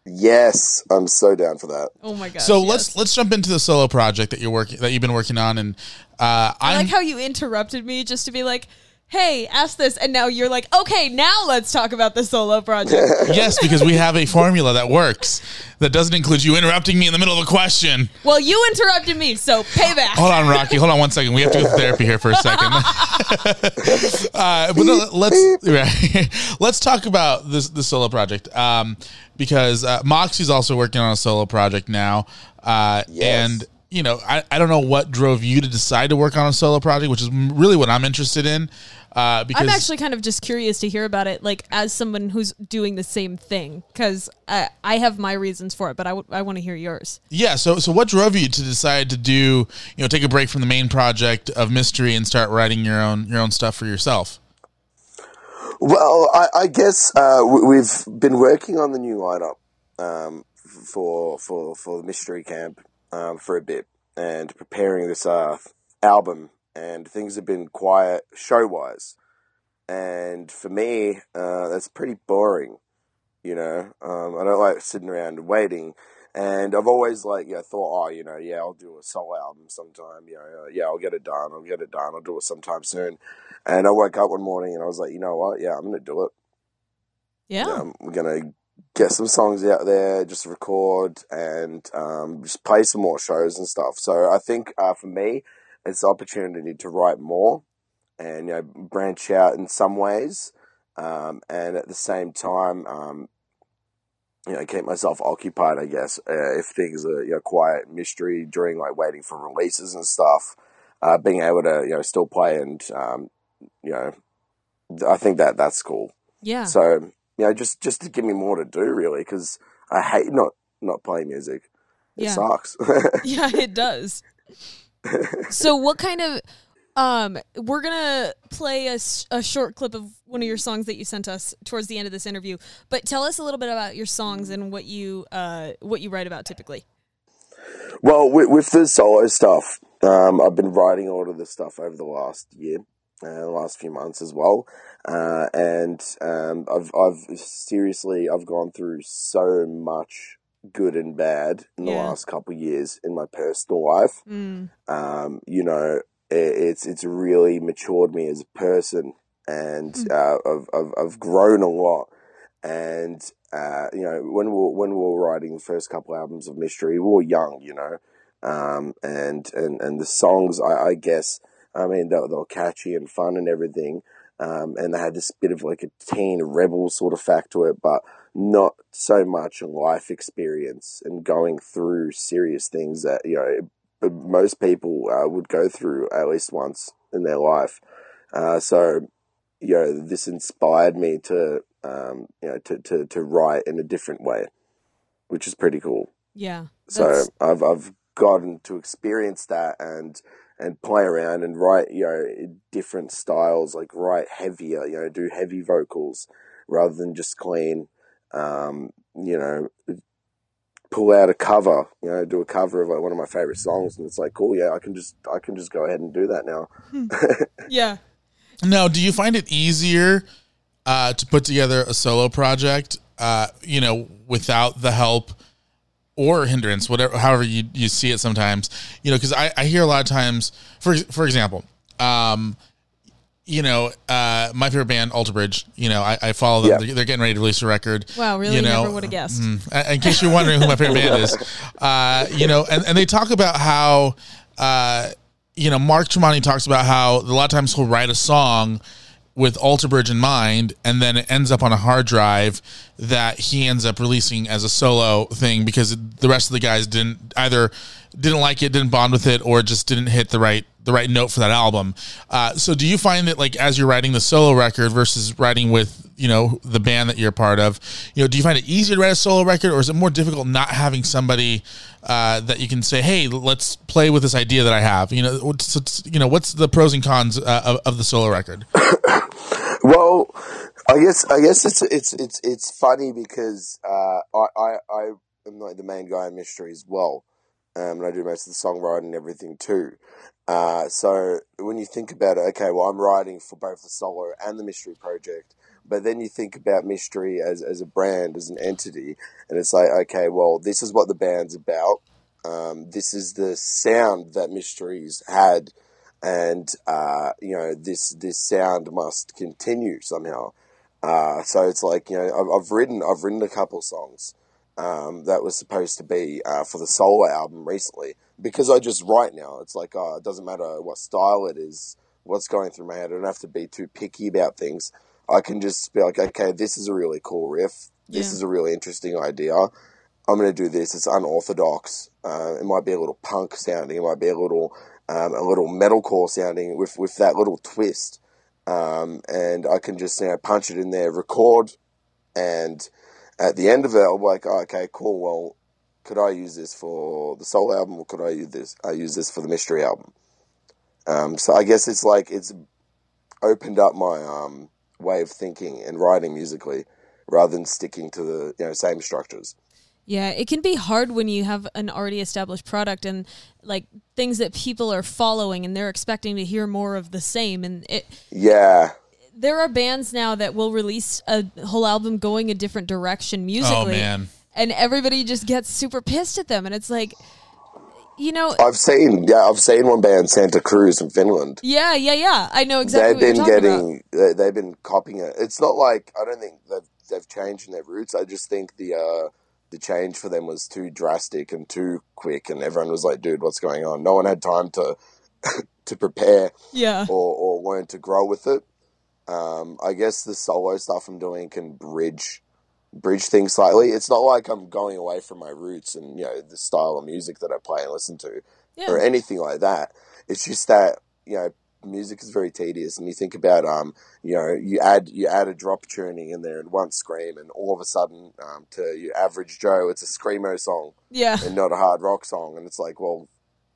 M: Yes, I'm so down for that.
G: *laughs* Oh my gosh.
A: so
G: yes.
A: let's let's jump into the solo project that you're working that you've been working on, and uh,
G: I
A: I'm
G: like how you interrupted me just to be like, "Hey, ask this," and now you're like, "Okay, now let's talk about the solo project."
A: *laughs* *laughs* yes because we have a formula that works that doesn't include you interrupting me in the middle of a question.
G: well, you interrupted me, so payback.
A: Hold on, Rocky. Hold on one second. We have to go to therapy here for a
G: *laughs*
A: second. uh, but no, let's right. *laughs* let's talk about this the solo project um, because uh, Moxie's also working on a solo project now, uh,
M: Yes.
A: and you know I, I don't know what drove you to decide to work on a solo project, which is m- really what I'm interested in. Uh, because
G: I'm actually kind of just curious to hear about it, like as someone who's doing the same thing, because I, I have my reasons for it, but I, w- I want to hear yours.
A: yeah. So so what drove you to decide to do you know take a break from the main project of mystery and start writing your own your own stuff for yourself?
M: Well, I, I guess uh, we- we've been working on the new lineup um, f- for for for the mystery camp um, for a bit and preparing this uh, album, and things have been quiet show wise, and for me uh, that's pretty boring. You know, um, I don't like sitting around and waiting. And I've always like yeah thought oh you know yeah I'll do a solo album sometime you know yeah I'll get it done I'll get it done I'll do it sometime soon, and I woke up one morning and I was like you know what yeah I'm gonna do it
G: Yeah.
M: um, we're gonna get some songs out there, just record and um, just play some more shows and stuff. So I think uh, for me, it's the opportunity to write more and you know branch out in some ways, um, and at the same time, um, you know, keep myself occupied. I guess uh, if things are you know quiet mystery during like waiting for releases and stuff, uh, being able to you know still play and um, you know, I think that that's cool.
G: Yeah.
M: So you know, just just to give me more to do, really, because I hate not not playing music. It
G: Yeah.
M: sucks. *laughs*
G: yeah, it does. so, what kind of. Um, we're gonna play a, s- a short clip of one of your songs that you sent us towards the end of this interview. But tell us a little bit about your songs and what you uh, what you write about typically.
M: Well, with, with the solo stuff, um, I've been writing all of this stuff over the last year, uh, the last few months as well, uh, and um, I've I've seriously I've gone through so much good and bad in the
N: Yeah.
M: last couple of years in my personal life.
G: Mm.
M: Um, you know, it, it's it's really matured me as a person, and
N: Mm.
M: uh, I've, I've I've grown a lot. And uh, you know, when we were, when we were writing the first couple albums of Mystery, we were young, you know, um, and and and the songs, I, I guess, I mean, they, were- they were catchy and fun and everything. Um, and they had this bit of like a teen rebel sort of fact to it, but not so much life experience and going through serious things that you know but most people uh, would go through at least once in their life. Uh, so, you know, this inspired me to, um, you know, to, to, to write in a different way, which is pretty cool.
G: Yeah.
M: So I've, I've gotten to experience that and, and play around and write, you know, different styles, like write heavier, you know, do heavy vocals rather than just clean. Um, you know, pull out a cover, you know, do a cover of like one of my favorite songs, and it's like, cool, yeah, I can just I can just go ahead and do that now.
G: Yeah.
A: Now, do you find it easier uh, to put together a solo project, uh, you know, without the help or hindrance, whatever, however you, you see it sometimes, you know, because I, I hear a lot of times, for, for example, um, you know, uh, my favorite band, Alter Bridge, you know, I, I follow them.
G: Yeah.
A: They're, they're getting ready to release a record.
G: Wow, really?
A: You know,
G: Never would've guessed.
A: Mm. Uh, in case you're wondering who my favorite band is, uh, you know, and, and they talk about how, uh, you know, Mark Tremonti talks about how a lot of times he'll write a song with Alter Bridge in mind, and then it ends up on a hard drive that he ends up releasing as a solo thing because the rest of the guys didn't either didn't like it, didn't bond with it, or just didn't hit the right the right note for that album. Uh, so, do you find that like as you're writing the solo record versus writing with you know the band that you're a part of, you know, do you find it easier to write a solo record, or is it more difficult not having somebody uh, that you can say, hey, let's play with this idea that I have? You know, what's, what's- you know, what's the pros and cons uh, of, of the solo record?
M: Well, I guess I guess it's it's it's it's funny because uh, I, I I am like the main guy in mystery as well, um, and I do most of the songwriting and everything too. Uh, so when you think about it, okay, well, I'm writing for both the solo and the mystery project, but then you think about mystery as as a brand, as an entity, and it's like, okay, well, this is what the band's about. Um, this is the sound that mysteries had and uh, you know this this sound must continue somehow. Uh, so it's like you know I've, I've written I've written a couple songs um, that was supposed to be uh, for the solo album recently because I just write now. It's like oh, it doesn't matter what style it is, what's going through my head. I don't have to be too picky about things. I can just be like, okay, this is a really cool riff. This
N: Yeah.
M: is a really interesting idea. I'm going to do this. It's unorthodox. Uh, it might be a little punk sounding. It might be a little um, a little metalcore sounding with with that little twist. Um, and I can just you know punch it in there, record, and at the end of it, I'm like, oh, okay, cool. Well, could I use this for the soul album, or could I use this? I use this for the mystery album. Um, so I guess it's like it's opened up my um, way of thinking and writing musically, rather than sticking to the you know same structures.
G: Yeah, it can be hard when you have an already established product and like things that people are following and they're expecting to hear more of the same and it
M: Yeah.
G: there are bands now that will release a whole album going a different direction
A: Oh,
G: musically.
M: man.
G: And everybody just gets super pissed at them and it's like you know
M: I've seen, yeah, I've seen one band, Santa Cruz in Finland.
G: Yeah, yeah, yeah. I know exactly what
M: they've
G: you're
M: been
G: talking about.
M: getting, they, they've been copying it. It's not like I don't think they've they've changed in their roots. I just think the uh, the change for them was too drastic and too quick, and everyone was like, "Dude, what's going on?" No one had time to *laughs* to prepare,
G: Yeah.
M: or or learn to grow with it. Um, I guess the solo stuff I'm doing can bridge bridge things slightly. It's not like I'm going away from my roots and you know the style of music that I play and listen to
G: Yeah.
M: or anything like that. It's just that you know music is very tedious, and you think about um you know you add you add a drop tuning in there and one scream, and all of a sudden um, to your average Joe, it's a screamo song,
G: Yeah.
M: and not a hard rock song, and it's like, well,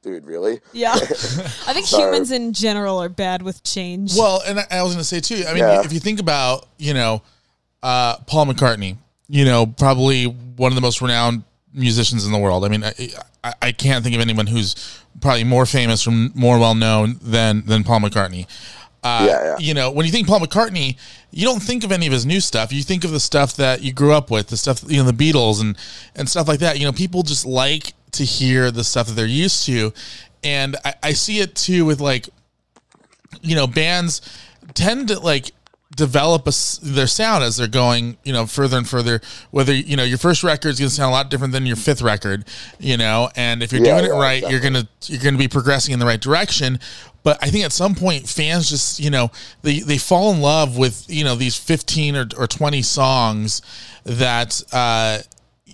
M: dude, really? *laughs*
G: Yeah. I think
M: So-
G: humans in general are bad with change.
A: Well, and I, I was going to say too. I mean,
M: Yeah.
A: if you think about, you know, uh, Paul McCartney, you know, probably one of the most renowned musicians in the world. I mean, I, I, I can't think of anyone who's probably more famous or more well known than than Paul McCartney. Uh, You know, when you think Paul McCartney, you don't think of any of his new stuff. You think of the stuff that you grew up with, the stuff you know, the Beatles and and stuff like that. You know, people just like to hear the stuff that they're used to, and I, I see it too with like you know bands tend to like develop a s their sound as they're going you know further and further whether you know your first record is going to sound a lot different than your fifth record you know and if you're
M: Yeah,
A: doing it
M: yeah,
A: right you're going to you're going to be progressing in the right direction but i think at some point fans just you know they they fall in love with you know these 15 or, or 20 songs that uh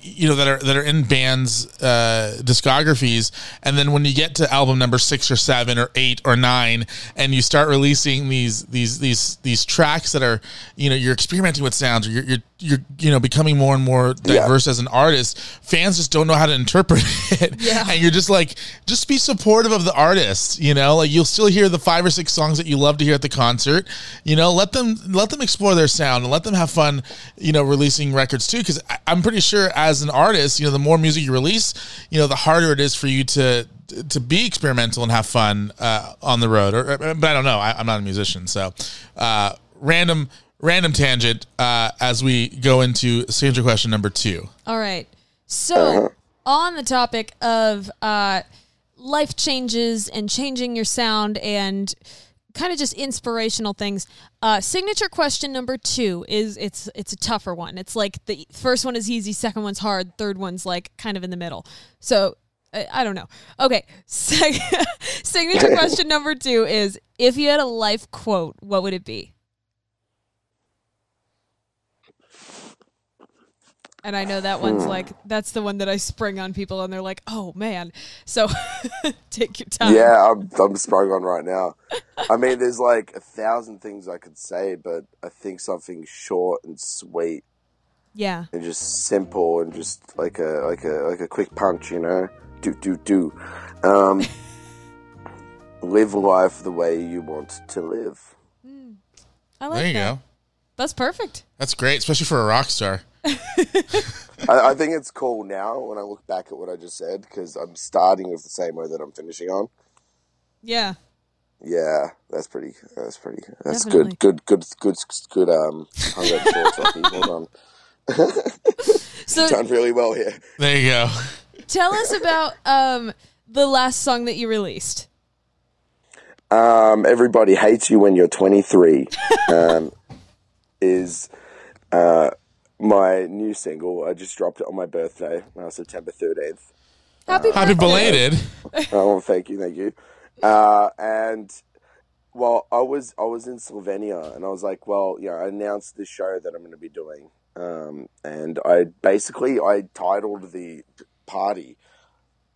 A: you know that are that are in bands uh, discographies, and then when you get to album number six or seven or eight or nine, and you start releasing these these these these tracks that are you know you're experimenting with sounds, or you're you're, you're you know becoming more and more diverse as an artist. Fans just don't know how to interpret *laughs* it, and you're just like just be supportive of the artist. You know, like you'll still hear the five or six songs that you love to hear at the concert. You know, let them let them explore their sound and let them have fun. You know, releasing records too, because I'm pretty sure as an artist, you know, the more music you release, you know, the harder it is for you to to be experimental and have fun uh, on the road. Or, or- but I don't know. I, I'm not a musician, so uh, random random tangent uh, as we go into signature question number two.
G: All right. So, on the topic of uh, life changes and changing your sound and kind of just inspirational things, uh, signature question number two is it's it's a tougher one. It's like the first one is easy, second one's hard, third one's like kind of in the middle. So. I I don't know. Okay. *laughs* Sig- Signature question number two is if you had a life quote, what would it be? And I know that one's
M: Hmm.
G: like that's the one that I spring on people, and they're like, "Oh man!" So *laughs* take your time.
M: Yeah, I'm, I'm sprung on right now. I mean, there's like a thousand things I could say, but I think something short and sweet
G: Yeah.
M: and just simple and just like a like a like a quick punch, you know. Do do do. Um, live life the way you want to live.
G: I
A: There
G: like
A: you
G: that.
A: go.
G: That's perfect.
A: That's great, especially for a rock star.
M: I, I think it's cool now when I look back at what I just said because I'm starting with the same way that I'm finishing on.
G: Yeah.
M: Yeah, that's pretty. That's pretty. That's
G: Definitely.
M: good. Good. Good. Good. Good. Um, hung up thoughts off you. Hold on.
G: So-
M: done really well here.
A: There you go.
G: Tell us about um, the last song that you released.
M: Um, everybody hates you when you're 23. Um, is uh, my new single. I just dropped it on my birthday, uh, September 13th. Uh,
G: Happy,
A: Happy belated.
M: *laughs* oh, thank you, thank you. Uh, and well, I was I was in Slovenia, and I was like, well, you know, I announced this show that I'm going to be doing, um, and I basically I titled the party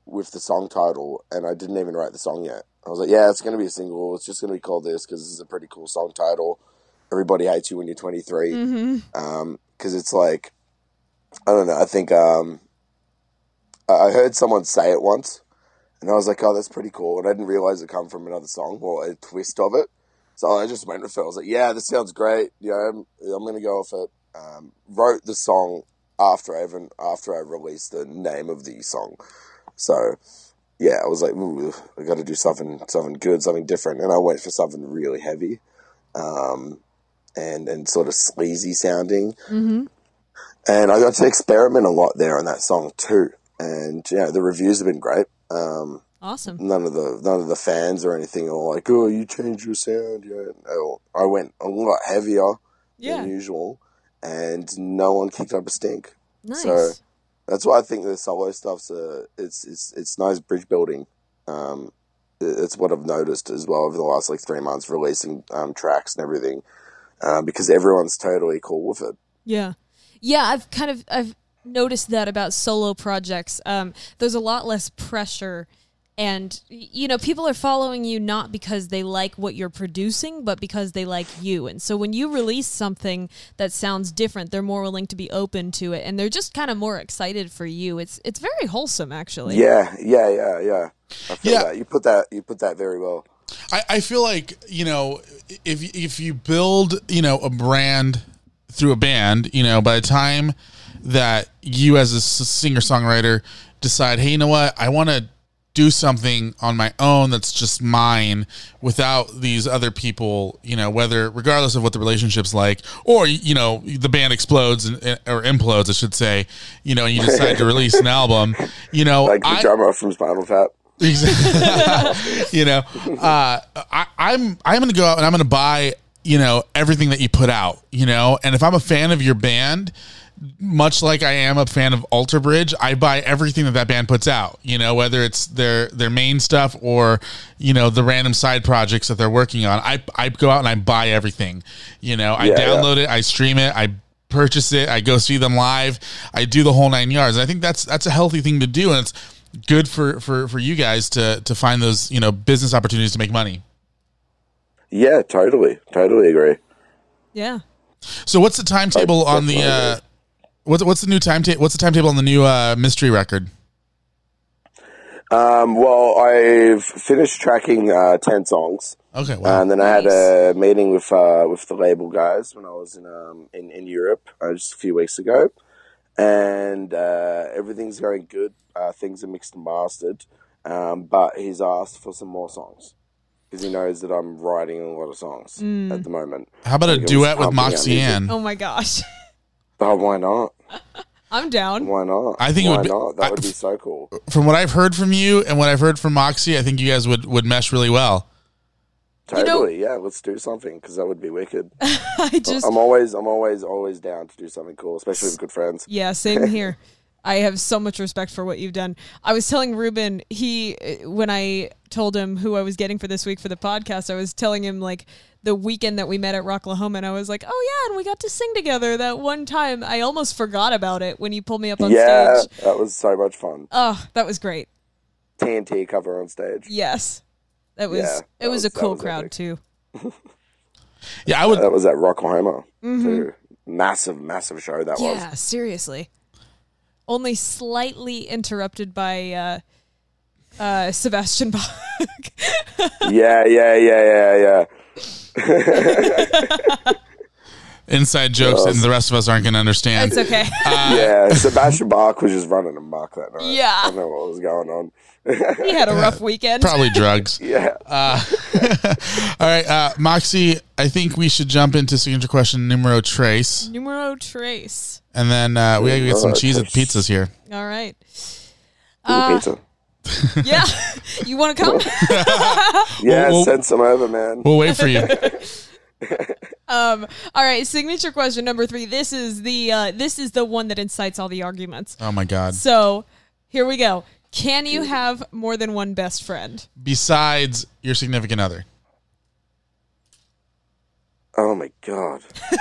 M: with the song title, and I didn't even write the song yet. I was like, yeah, it's going to be a single. It's just going to be called this because this is a pretty cool song title. Everybody hates you when you're 23
G: Mhm.
M: um because it's like i don't know i think um i I heard someone say it once and i was like oh that's pretty cool and i didn't realize it come from another song or a twist of it so i just went with it i was like yeah this sounds great you know i'm, I'm gonna go with it um wrote the song after i even after i released the name of the song so yeah i was like Ooh, i gotta do something something good something different and i went for something really heavy um and and sort of sleazy sounding
G: Mm-hmm.
M: and I got to experiment a lot there on that song too. And yeah, the reviews have been great. Um,
G: Awesome.
M: none of the none of the fans or anything are like, "Oh, you changed your sound." Yeah, no. I went a lot heavier
G: Yeah.
M: than usual, and no one kicked up a stink.
G: Nice.
M: So that's why I think the solo stuff's a it's it's it's nice bridge building. Um, it- it's what I've noticed as well over the last like three months, releasing um, tracks and everything, uh, because everyone's totally cool with it.
G: Yeah. Yeah, I've kind of I've noticed that about solo projects. Um, there's a lot less pressure and y- you know, people are following you not because they like what you're producing, but because they like you. And so when you release something that sounds different, they're more willing to be open to it and they're just kind of more excited for you. It's it's very wholesome actually.
M: Yeah, yeah, yeah, yeah. I feel
A: Yeah.
M: that. You put that you put that very well.
A: I, I feel like you know if if you build you know a brand through a band you know by the time that you as a singer songwriter decide, hey, you know what? I want to do something on my own that's just mine without these other people you know whether regardless of what the relationship's like or you know the band explodes and, or implodes i should say you know and you decide to release an album you know
M: *laughs* like the
A: I-
M: drummer from Spinal Tap.
A: *laughs* you know, uh, I, I'm I'm gonna go out and I'm gonna buy you know everything that you put out. You know, and if I'm a fan of your band, much like I am a fan of Alter Bridge, I buy everything that that band puts out. You know, whether it's their their main stuff or you know the random side projects that they're working on. I I go out and I buy everything. You know, I
D: Yeah, yeah.
A: download it, I stream it, I purchase it, I go see them live, I do the whole nine yards. I think that's that's a healthy thing to do, and it's good for for for you guys to to find those you know business opportunities to make money.
M: Yeah, totally, totally agree.
G: Yeah.
A: So what's the timetable
D: Oh,
A: on the uh, what's what's the new timetable? What's the timetable on the new uh, mystery record?
M: Um, well, I've finished tracking uh, ten songs.
A: Okay,
M: and then I had a meeting with uh, with the label guys when I was in um, in, in Europe uh, just a few weeks ago, and uh, everything's going good. Uh, things are mixed and mastered, um, but he's asked for some more songs because he knows that I'm writing a lot of songs
G: Mm.
M: at the moment.
A: How about a
M: Like, I'm
A: duet with
M: pumping out
A: Moxie
M: music.
A: Ann?
G: Oh my gosh. *laughs*
M: But why not?
G: I'm down.
M: Why not?
A: I think it
M: why
A: would be-
M: not? That would be so cool.
A: From what I've heard from you and what I've heard from Moxie, I think you guys would would mesh really well.
G: You know-
M: Totally, yeah. Let's do something because that would be wicked.
G: I just
M: I'm always, I'm always, always down to do something cool, especially with good friends. *laughs*
G: Yeah, same here. I have so much respect for what you've done. I was telling Ruben, he when I told him who I was getting for this week for the podcast, I was telling him like the weekend that we met at Rocklahoma and I was like, "Oh yeah, and we got to sing together that one time." I almost forgot about it when you pulled me up on
M: yeah,
G: stage.
M: that was so much fun.
G: Oh, that was great.
M: TNT cover on stage.
G: Yes. That was
M: Yeah,
G: it
M: that
G: was,
M: was-
G: a
M: that
G: cool
M: was
G: crowd too.
A: Yeah, I
M: *laughs*
A: would.
M: That was at Rocklahoma
G: Mhm.
M: too. Massive, massive show that
G: yeah,
M: was.
G: seriously. Only slightly interrupted by uh uh Sebastian Bach. *laughs*
M: Yeah, yeah, yeah, yeah, yeah.
A: Inside jokes that the rest of us aren't going to understand.
G: It's okay.
A: Uh,
M: yeah, Sebastian Bach was just running amok that night.
G: Yeah.
M: I don't know what was going on. *laughs*
G: he had a rough weekend.
A: Probably drugs.
M: yeah.
A: Uh, all right, uh, Moxie. I think we should jump into signature question numero trace,
G: Numero trace.
A: and then uh, we gotta get some
M: Numero
A: cheese and pizzas here.
G: All *laughs* right.
M: Ooh,
G: Uh,
M: pizza.
G: yeah. you want to come?
M: Yeah,
A: we'll-
M: send some over, man.
A: We'll wait for
M: *laughs*
A: you.
G: um, all right. Signature question number three. This is the uh, this is the one that incites all the arguments.
A: Oh my god!
G: So here we go. Can you have more than one best friend?
A: Besides your significant other,
M: Oh my god. *laughs*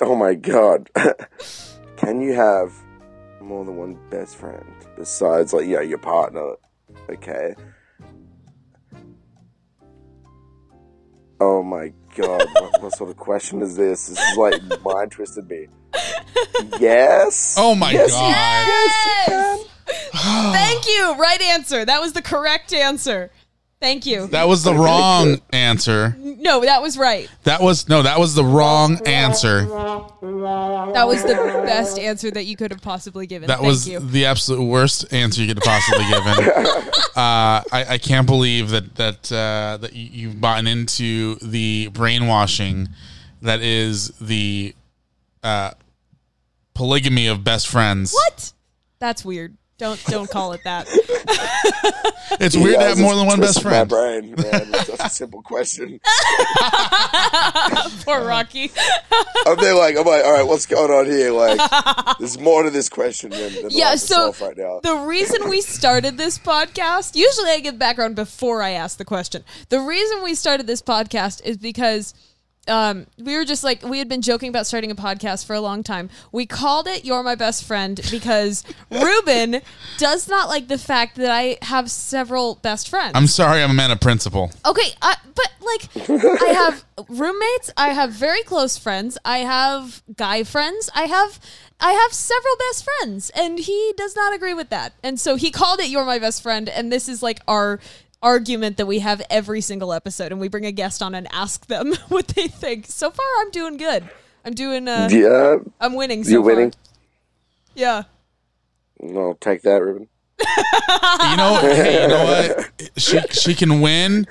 M: oh my god. *laughs* Can you have more than one best friend besides like yeah, your partner? Okay. Oh my god, what, what sort of question is this? This is like mind twisted me. Yes.
A: Oh my
M: Yes, you-
A: God.
G: Yes! *laughs*
A: *sighs*
G: Thank you. Right answer. That was the correct answer. Thank you.
A: that was the wrong answer.
G: no, that was right.
A: That was no, that was the wrong answer.
G: That was the best answer that you could have possibly given.
A: That
G: Thank
A: was
G: you.
A: the absolute worst answer you could have possibly given. Uh, I, I can't believe that that uh, that you, you've gotten into the brainwashing that is the uh, polygamy of best friends.
G: What? That's weird. Don't don't call it
A: *laughs*
G: that.
A: It's weird
M: Yeah,
A: to have
M: this
A: more than one best
M: twisted my
A: friend.
M: brain, man.
A: *laughs*
M: It's such a simple question.
G: Poor Rocky.
M: I'm there like, I'm like, all right, what's going on here? Like, there's more to this question than, than yeah,
G: Yeah, so
M: itself right now.
G: the reason we started this podcast, usually I give background before I ask the question. The reason we started this podcast is because um, we were just like we had been joking about starting a podcast for a long time. We called it "You're My Best Friend"
M: *laughs*
G: because Ruben does not like the fact that I have several best friends.
A: I'm sorry, I'm a man of
G: *laughs*
A: principle.
G: Okay, I, but like, I have roommates. I have very close friends. I have guy friends. I have, I have several best friends, and he does not agree with that. And so he called it "You're my best friend," and this is like our argument that we have *laughs* every single episode, and we bring a guest on and ask them what they think. So far, I'm doing good. I'm doing. Uh,
M: Yeah.
G: I'm winning. So
M: You're winning.
G: Far. Yeah.
M: I'll take that, Ruben.
A: You know, hey, you know what? She she can win,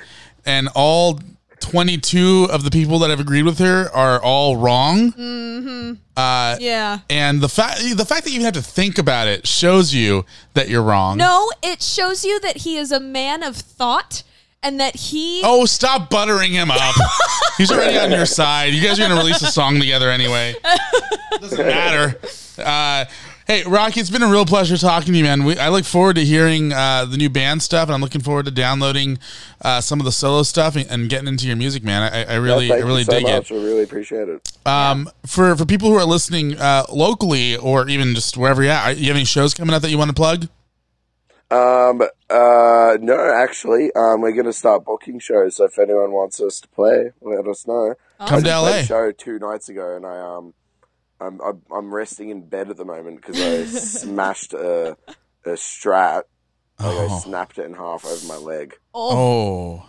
A: and all twenty two of the people that have agreed with her are all wrong.
G: Mm-hmm.
A: Uh,
G: Yeah.
A: And the fact the fact that you have to think about it shows you that you're wrong.
G: No, it shows you that he is a man of thought and that he.
A: Oh, stop buttering him
G: *laughs*
A: up. He's already on your side. You guys are gonna release a song together
G: *laughs*
A: anyway. Doesn't matter. Uh, hey, Rocky, it's been a real pleasure talking to you, man. We, I look forward to hearing uh, the new band stuff, and I'm looking forward to downloading uh, some of the solo stuff and, and getting into your music, man. I, I really,
M: Yeah,
A: I
M: thank
A: really
M: you so
A: dig it.
M: much. I really appreciate it.
A: Um, for for people who are listening uh, locally or even just wherever you're at, are, you have any shows coming up that you want to plug?
M: Um, uh, no, actually, um, we're going to start booking shows. So if anyone wants us to play, let us know.
A: Come
M: I
A: to
M: just
A: LA.
M: played a show two nights ago, and I um, I'm I'm, I'm resting in bed at the moment because
A: *laughs*
M: I smashed a a strat. and I
A: Oh.
M: snapped it in half over my leg.
A: Oh, on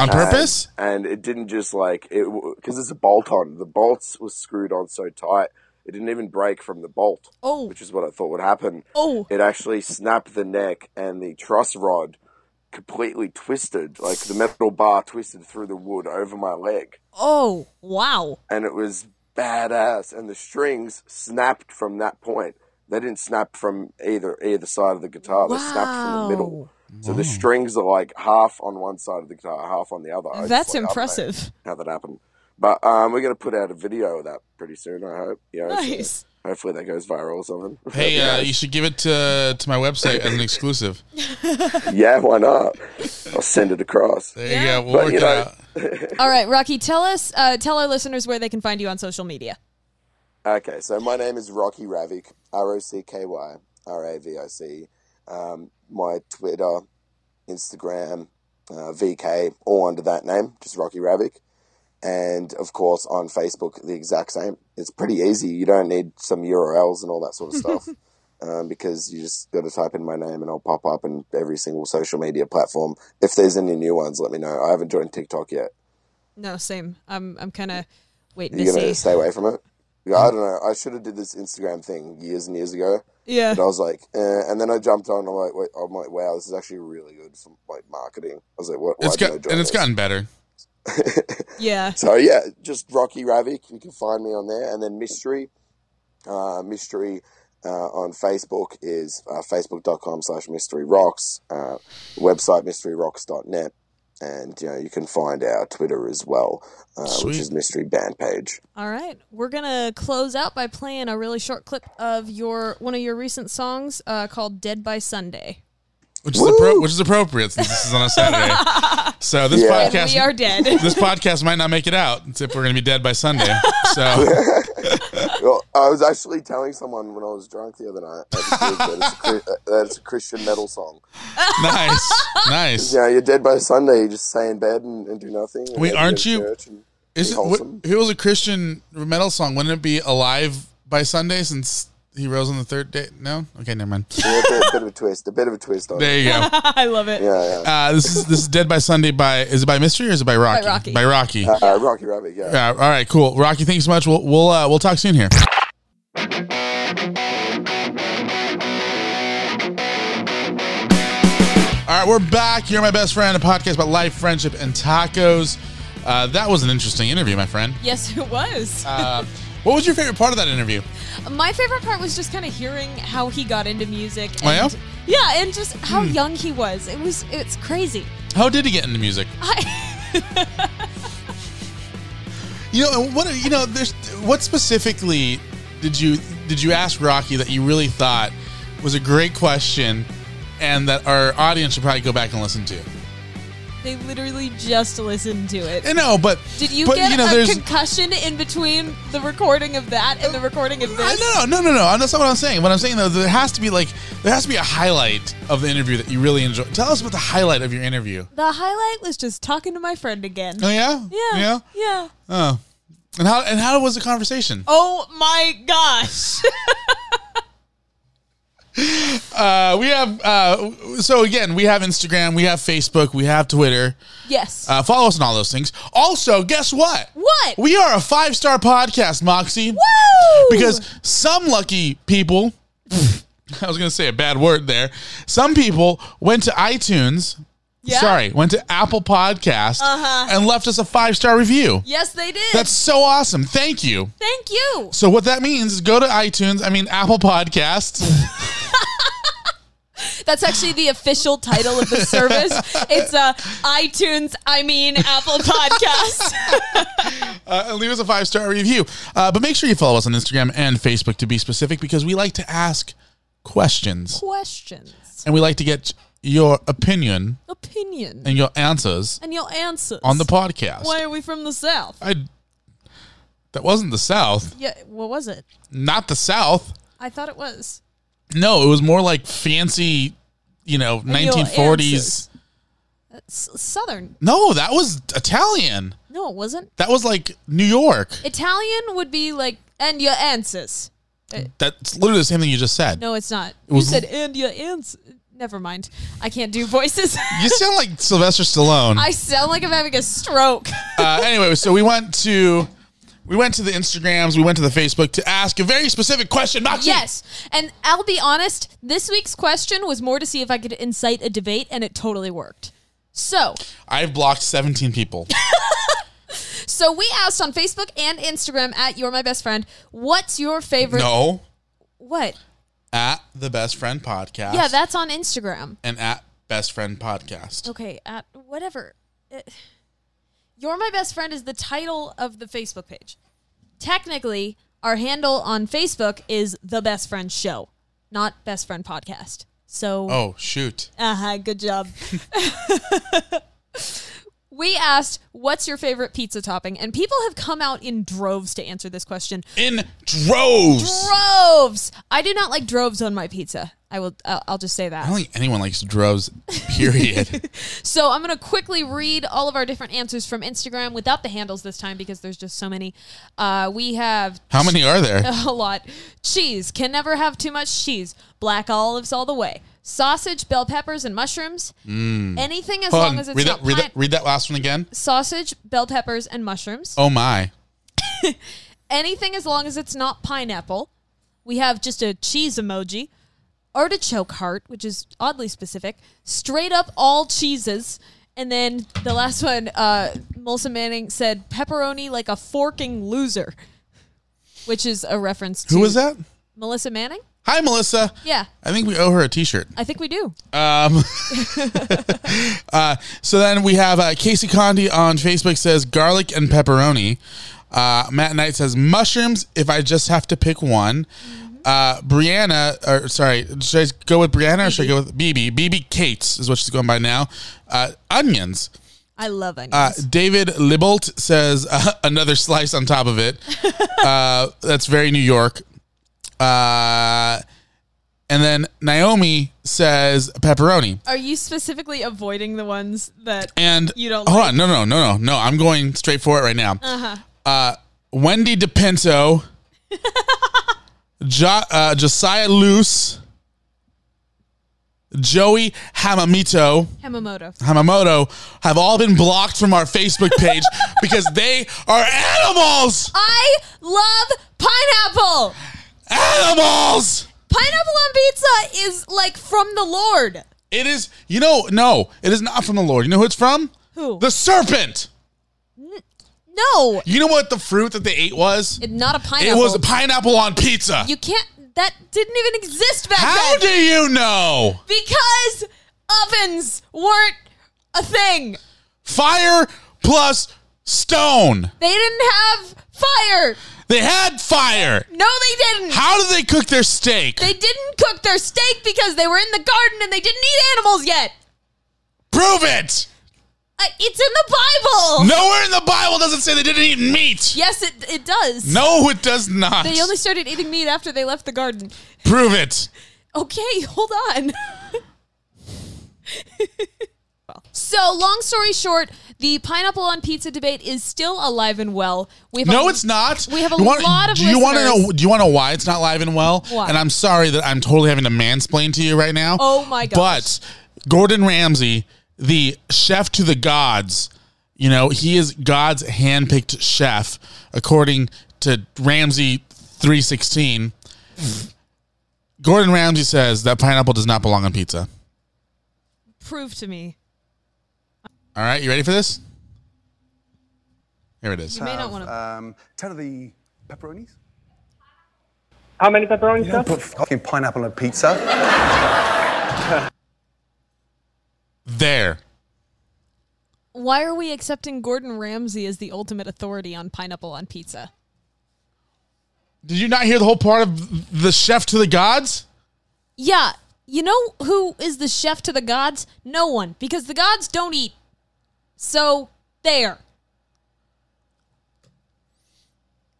M: And-
A: purpose?
M: And, it didn't just like it because it's a bolt on. The bolts were screwed on so tight it didn't even break from the bolt.
G: Oh.
M: which is what I thought would happen.
G: Oh.
M: it actually snapped the neck and the truss rod completely twisted, like the metal bar twisted through the wood over my leg,
G: Oh, wow.
M: and it was badass. And the strings snapped from that point. They didn't snap from either either side of the guitar. They snapped from the middle. So the strings are like half on one side of the guitar, half on the other. I was
G: That's
M: like, I don't know
G: impressive.
M: How that happened, but um, we're gonna put out a video of that pretty soon. I hope. You know, so
G: Nice.
M: hopefully that goes viral or something. *laughs*
A: Hey, uh, you should give it to to my website as an exclusive.
M: yeah, why not? I'll send it across.
A: There you go. We'll
M: But,
A: work
M: you
A: it
M: know,
A: out.
G: All right, Rocky, tell us, uh, tell our listeners where they can find you on social media.
M: Okay, so my name is Rocky Ravik, R O C K Y R A V I C. Um, my Twitter, Instagram, uh, VK, all under that name, just Rocky Ravik. And of course, on Facebook, the exact same. It's pretty easy. You don't need some URLs and all that sort of stuff um, because you just got to type in my name and I'll pop up in every single social media platform. If there's any new ones, let me know. I haven't joined TikTok yet.
G: No, same. I'm, I'm kind of waiting
M: You're gonna
G: to see.
M: stay away from it. Yeah, I don't know. I should have did this Instagram thing years and years ago.
A: Uh.
G: Yeah.
M: But I was like, eh. and then I jumped on. I'm like, wait, I'm like, wow, this is actually really good for like marketing. I was like, what? Why
A: It's
M: did
A: got
M: I
A: and
M: join
A: it's
M: this?
A: gotten better.
G: Yeah.
M: So yeah, just Rocky Ravik. You can find me on there, and then Mystery, uh, Mystery uh, on Facebook is uh, facebook.com/slash Mystery Rocks. Uh, website mysteryrocks.net, and you know you can find our Twitter as well, uh, which
A: Sweet.
M: is Mystery Band Page.
G: All right, we're gonna close out by playing a really short clip of your one of your recent songs uh, called "Dead by Sunday."
A: which is appro- which is appropriate since this is on a Saturday.
M: *laughs*
A: So this
G: Yeah.
A: podcast,
G: We are dead.
A: This podcast might not make it out if we're going to be dead by Sunday.
M: *laughs*
A: So
M: well, I was actually telling someone when I was drunk the other night at the gig that it's a, Chri- that it's a Christian metal song.
A: nice, nice.
M: Yeah, you're dead by Sunday. You just stay in bed and, and do nothing. and
A: Wait,
M: then go
A: aren't
M: to
A: you-
M: church and
A: Is
M: be
A: it, what,
M: wholesome.
A: if it was a Christian metal song, wouldn't it be alive by Sunday since he rose on the third day? No, okay, never mind.
M: Yeah, a bit, bit of a twist. A bit of a twist on
A: There
M: it.
A: you go.
G: *laughs* I love it.
M: Yeah, yeah.
A: Uh, this is this is Dead by Sunday by is it by Mystery or is it by Rocky?
G: Rocky.
A: By Rocky.
M: Uh, uh, Rocky Rabbit, yeah.
A: Yeah, all right, cool. Rocky, thanks so much. We'll we'll uh, we'll talk soon here. All right, we're back. You're my best friend, a podcast about life, friendship, and tacos. Uh, that was an interesting interview, my friend.
G: *laughs* Yes, it was.
A: Uh, what was your favorite part of that interview?
G: My favorite part was just kind of hearing how he got into music. And,
A: Oh, yeah?
G: Yeah, and just how
A: Hmm.
G: young he was. It was it's crazy. *laughs*
A: How did he get into music?
G: I,
A: You know, and what you know, there's what specifically did you did you ask Rocky that you really thought was a great question, and that our audience should probably go back and listen to?
G: they literally just listened to it.
A: I know, but
G: Did you
A: but,
G: get
A: you know,
G: a
A: there's- Uh,
G: concussion in between the recording of that and the recording of this?
A: No, no, no, no, no. That's not what I'm saying. What I'm saying though, there has to be like there has to be a highlight of the interview that you really enjoy. Tell us about the highlight of your interview.
G: The highlight was just talking to my friend again.
A: Oh yeah,
G: Yeah.
A: yeah.
G: Yeah.
A: Oh, and how and how was the conversation?
G: Oh my gosh.
A: Uh, we have uh, so again, we have Instagram, we have Facebook, we have Twitter.
G: Yes.
A: Uh, follow us on all those things. Also, guess what?
G: What?
A: We are a five star podcast, Moxie. Woo! Because some lucky people, *laughs* I was going to say a bad word there. Some people went to iTunes.
G: Yeah.
A: Sorry, went to Apple Podcast
G: Uh-huh.
A: and left us a five star review.
G: Yes, they did.
A: That's so awesome. Thank you.
G: Thank you.
A: So what that means is go to iTunes, I mean Apple Podcasts. *laughs*
G: That's actually the official
A: *laughs*
G: title of the service. it's uh, iTunes, I mean
A: *laughs*
G: Apple Podcasts.
A: uh, and leave us a five star review. Uh, but make sure you follow us on Instagram and Facebook to be specific because we like to ask questions
G: Questions,
A: and we like to get your opinion
G: opinion,
A: and your answers
G: and your answers
A: on the podcast.
G: Why are we from the South?
A: I that wasn't the South,
G: Yeah, what was it?
A: not the South.
G: I thought it was.
A: No, it was more like fancy, you know,
G: your
A: nineteen forties.
G: Uh, S- Southern.
A: No, that was Italian.
G: No, it wasn't.
A: That was like New York.
G: Italian would be like, and your answers. Uh,
A: That's literally the same thing you just said.
G: no, it's not.
A: It was-
G: you said, and your answers. Never mind. I can't do voices. *laughs*
A: You sound like Sylvester Stallone.
G: I sound like I'm having a stroke. *laughs*
A: uh, anyway, so we went to we went to the Instagrams, we went to the Facebook to ask a very specific question. Moxie.
G: Yes. And I'll be honest, this week's question was more to see if I could incite a debate, and it totally worked. So,
A: I've blocked seventeen people.
G: so we asked on Facebook and Instagram at You're My Best Friend, what's your favorite?
A: no,
G: What?
A: at the Best Friend Podcast.
G: Yeah, that's on Instagram.
A: and at Best Friend Podcast.
G: Okay, at whatever. It- You're My Best Friend is the title of the Facebook page. Technically, our handle on Facebook is The Best Friend Show, not Best Friend Podcast. So,
A: Oh shoot!
G: Uh huh. Good job. *laughs* we asked, "What's your favorite pizza topping?" And people have come out in droves to answer this question.
A: In droves.
G: Droves. I do not like droves on my pizza. I will. I'll, I'll just say
A: I don't
G: that.
A: think anyone likes droves.
G: *laughs*
A: Period.
G: So I'm going to quickly read all of our different answers from Instagram without the handles this time because there's just so many. Uh, we have *laughs*
A: How many are there?
G: A lot. Cheese can never have too much cheese. Black olives all the way. Sausage, bell peppers, and mushrooms.
A: Mm.
G: Anything as
A: Hold
G: long
A: on,
G: as it's
A: read
G: not
A: that, read
G: pine-
A: that. Read that last one again.
G: sausage, bell peppers, and mushrooms.
A: Oh my!
G: Anything as long as it's not pineapple. We have just a cheese emoji. Artichoke heart, which is oddly specific. Straight up all cheeses. And then the last one, uh, Molson Manning said pepperoni like a forking loser, which is a reference to.
A: Who was that?
G: Melissa Manning?
A: Hi, Melissa.
G: Yeah,
A: I think we owe her a T-shirt.
G: I think we do.
A: Um, uh, so then we have uh, Casey Condi on Facebook says garlic and pepperoni. Uh, Matt Knight says mushrooms if I just have to pick one. Uh, Brianna, or sorry, should I go with Brianna or should I go with BB? BB Cates is what she's going by now. Uh, onions.
G: I love onions.
A: Uh, David Libolt says *laughs* uh, another slice on top of it. uh, that's very New York. Uh, and then Naomi says pepperoni.
G: Are you specifically avoiding the ones that
A: And
G: you don't
A: hold
G: like?
A: on, no, no, no, no, no. I'm going straight for it right now.
G: Uh-huh.
A: Uh, Wendy
G: *laughs*
A: DePinto, jo- uh, Josiah Luce, Joey Hamamito.
G: Hamamoto.
A: Hamamoto have all been blocked from our Facebook
G: *laughs*
A: page because they are animals.
G: I love pineapple.
A: Animals.
G: Pineapple on pizza is like from the Lord.
A: It is, you know, no, it is not from the Lord. You know who it's from?
G: Who?
A: The serpent.
G: No,
A: You know what the fruit that they ate was?
G: it, not a pineapple.
A: It was a pineapple on pizza.
G: You can't. That didn't even exist back
A: How
G: then.
A: do you know?
G: because ovens weren't a thing.
A: Fire plus stone.
G: They didn't have fire.
A: They had fire.
G: No, they didn't.
A: How do they cook their steak?
G: They didn't cook their steak because they were in the garden and they didn't eat animals yet.
A: Prove it.
G: Uh, it's in the Bible.
A: Nowhere in the Bible does it say they didn't eat meat.
G: Yes, it, it does.
A: No, it does not.
G: They only started eating meat after they left the garden.
A: Prove it.
G: Okay, *laughs* hold on. so, long story short, The pineapple on pizza debate is still alive and well. We have
A: No,
G: a-
A: it's not.
G: We have a
A: You want-
G: lot of.
A: Do you want to
G: listeners-
A: know? Do you want to know why it's not live and well?
G: Why?
A: And I'm sorry that I'm totally having to mansplain to you right now.
G: Oh my gosh.
A: But Gordon Ramsay, the chef to the gods, you know he is God's handpicked chef, according to Ramsay three sixteen. Gordon Ramsay says that pineapple does not belong on pizza.
G: Prove to me.
A: All right, you ready for this? Here it is.
G: You may not want to.
N: Um, ten of the pepperonis.
O: How many pepperonis?
N: You don't put fucking pineapple on a pizza.
A: there.
G: Why are we accepting Gordon Ramsay as the ultimate authority on pineapple on pizza?
A: Did you not hear the whole part of the chef to the gods?
G: Yeah, you know who is the chef to the gods? No one, because the gods don't eat. So there.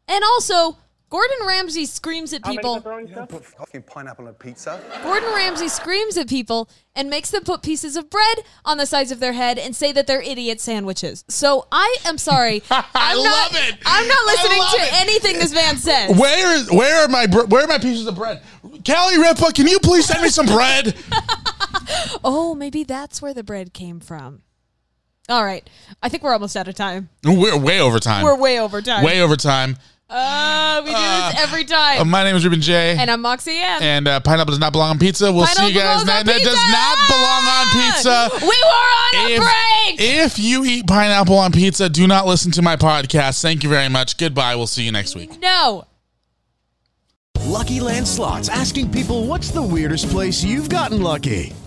G: And also, Gordon Ramsay screams at people.
N: You don't put fucking pineapple on a pizza.
G: Gordon Ramsay screams at people and makes them put pieces of bread on the sides of their head and say that they're idiot sandwiches. So I
A: *laughs*
G: am sorry. I'm
A: love
G: not,
A: it.
G: I'm not
A: I
G: listening
A: love
G: to
A: it.
G: anything
A: *laughs*
G: this man says.
A: Where is where are my br- where are my pieces of bread? Callie Ripa, can you please send me some bread?
G: Oh, maybe that's where the bread came from. All right. I think we're almost out of time.
A: We're way over time.
G: We're way over time.
A: Way over time.
G: Uh, we do this every time.
A: Uh, my name is Ruben J.
G: and I'm Moxie M.
A: And, uh, pineapple does not belong on pizza. We'll see you
G: Pineapple
A: guys.
G: belongs
A: That
G: on
A: that does not belong on pizza.
G: we were on a
A: If-
G: break.
A: If you eat pineapple on pizza, do not listen to my podcast. Thank you very much. Goodbye. We'll see you next week.
G: No.
K: Lucky Land slots asking people what's the weirdest place you've gotten lucky?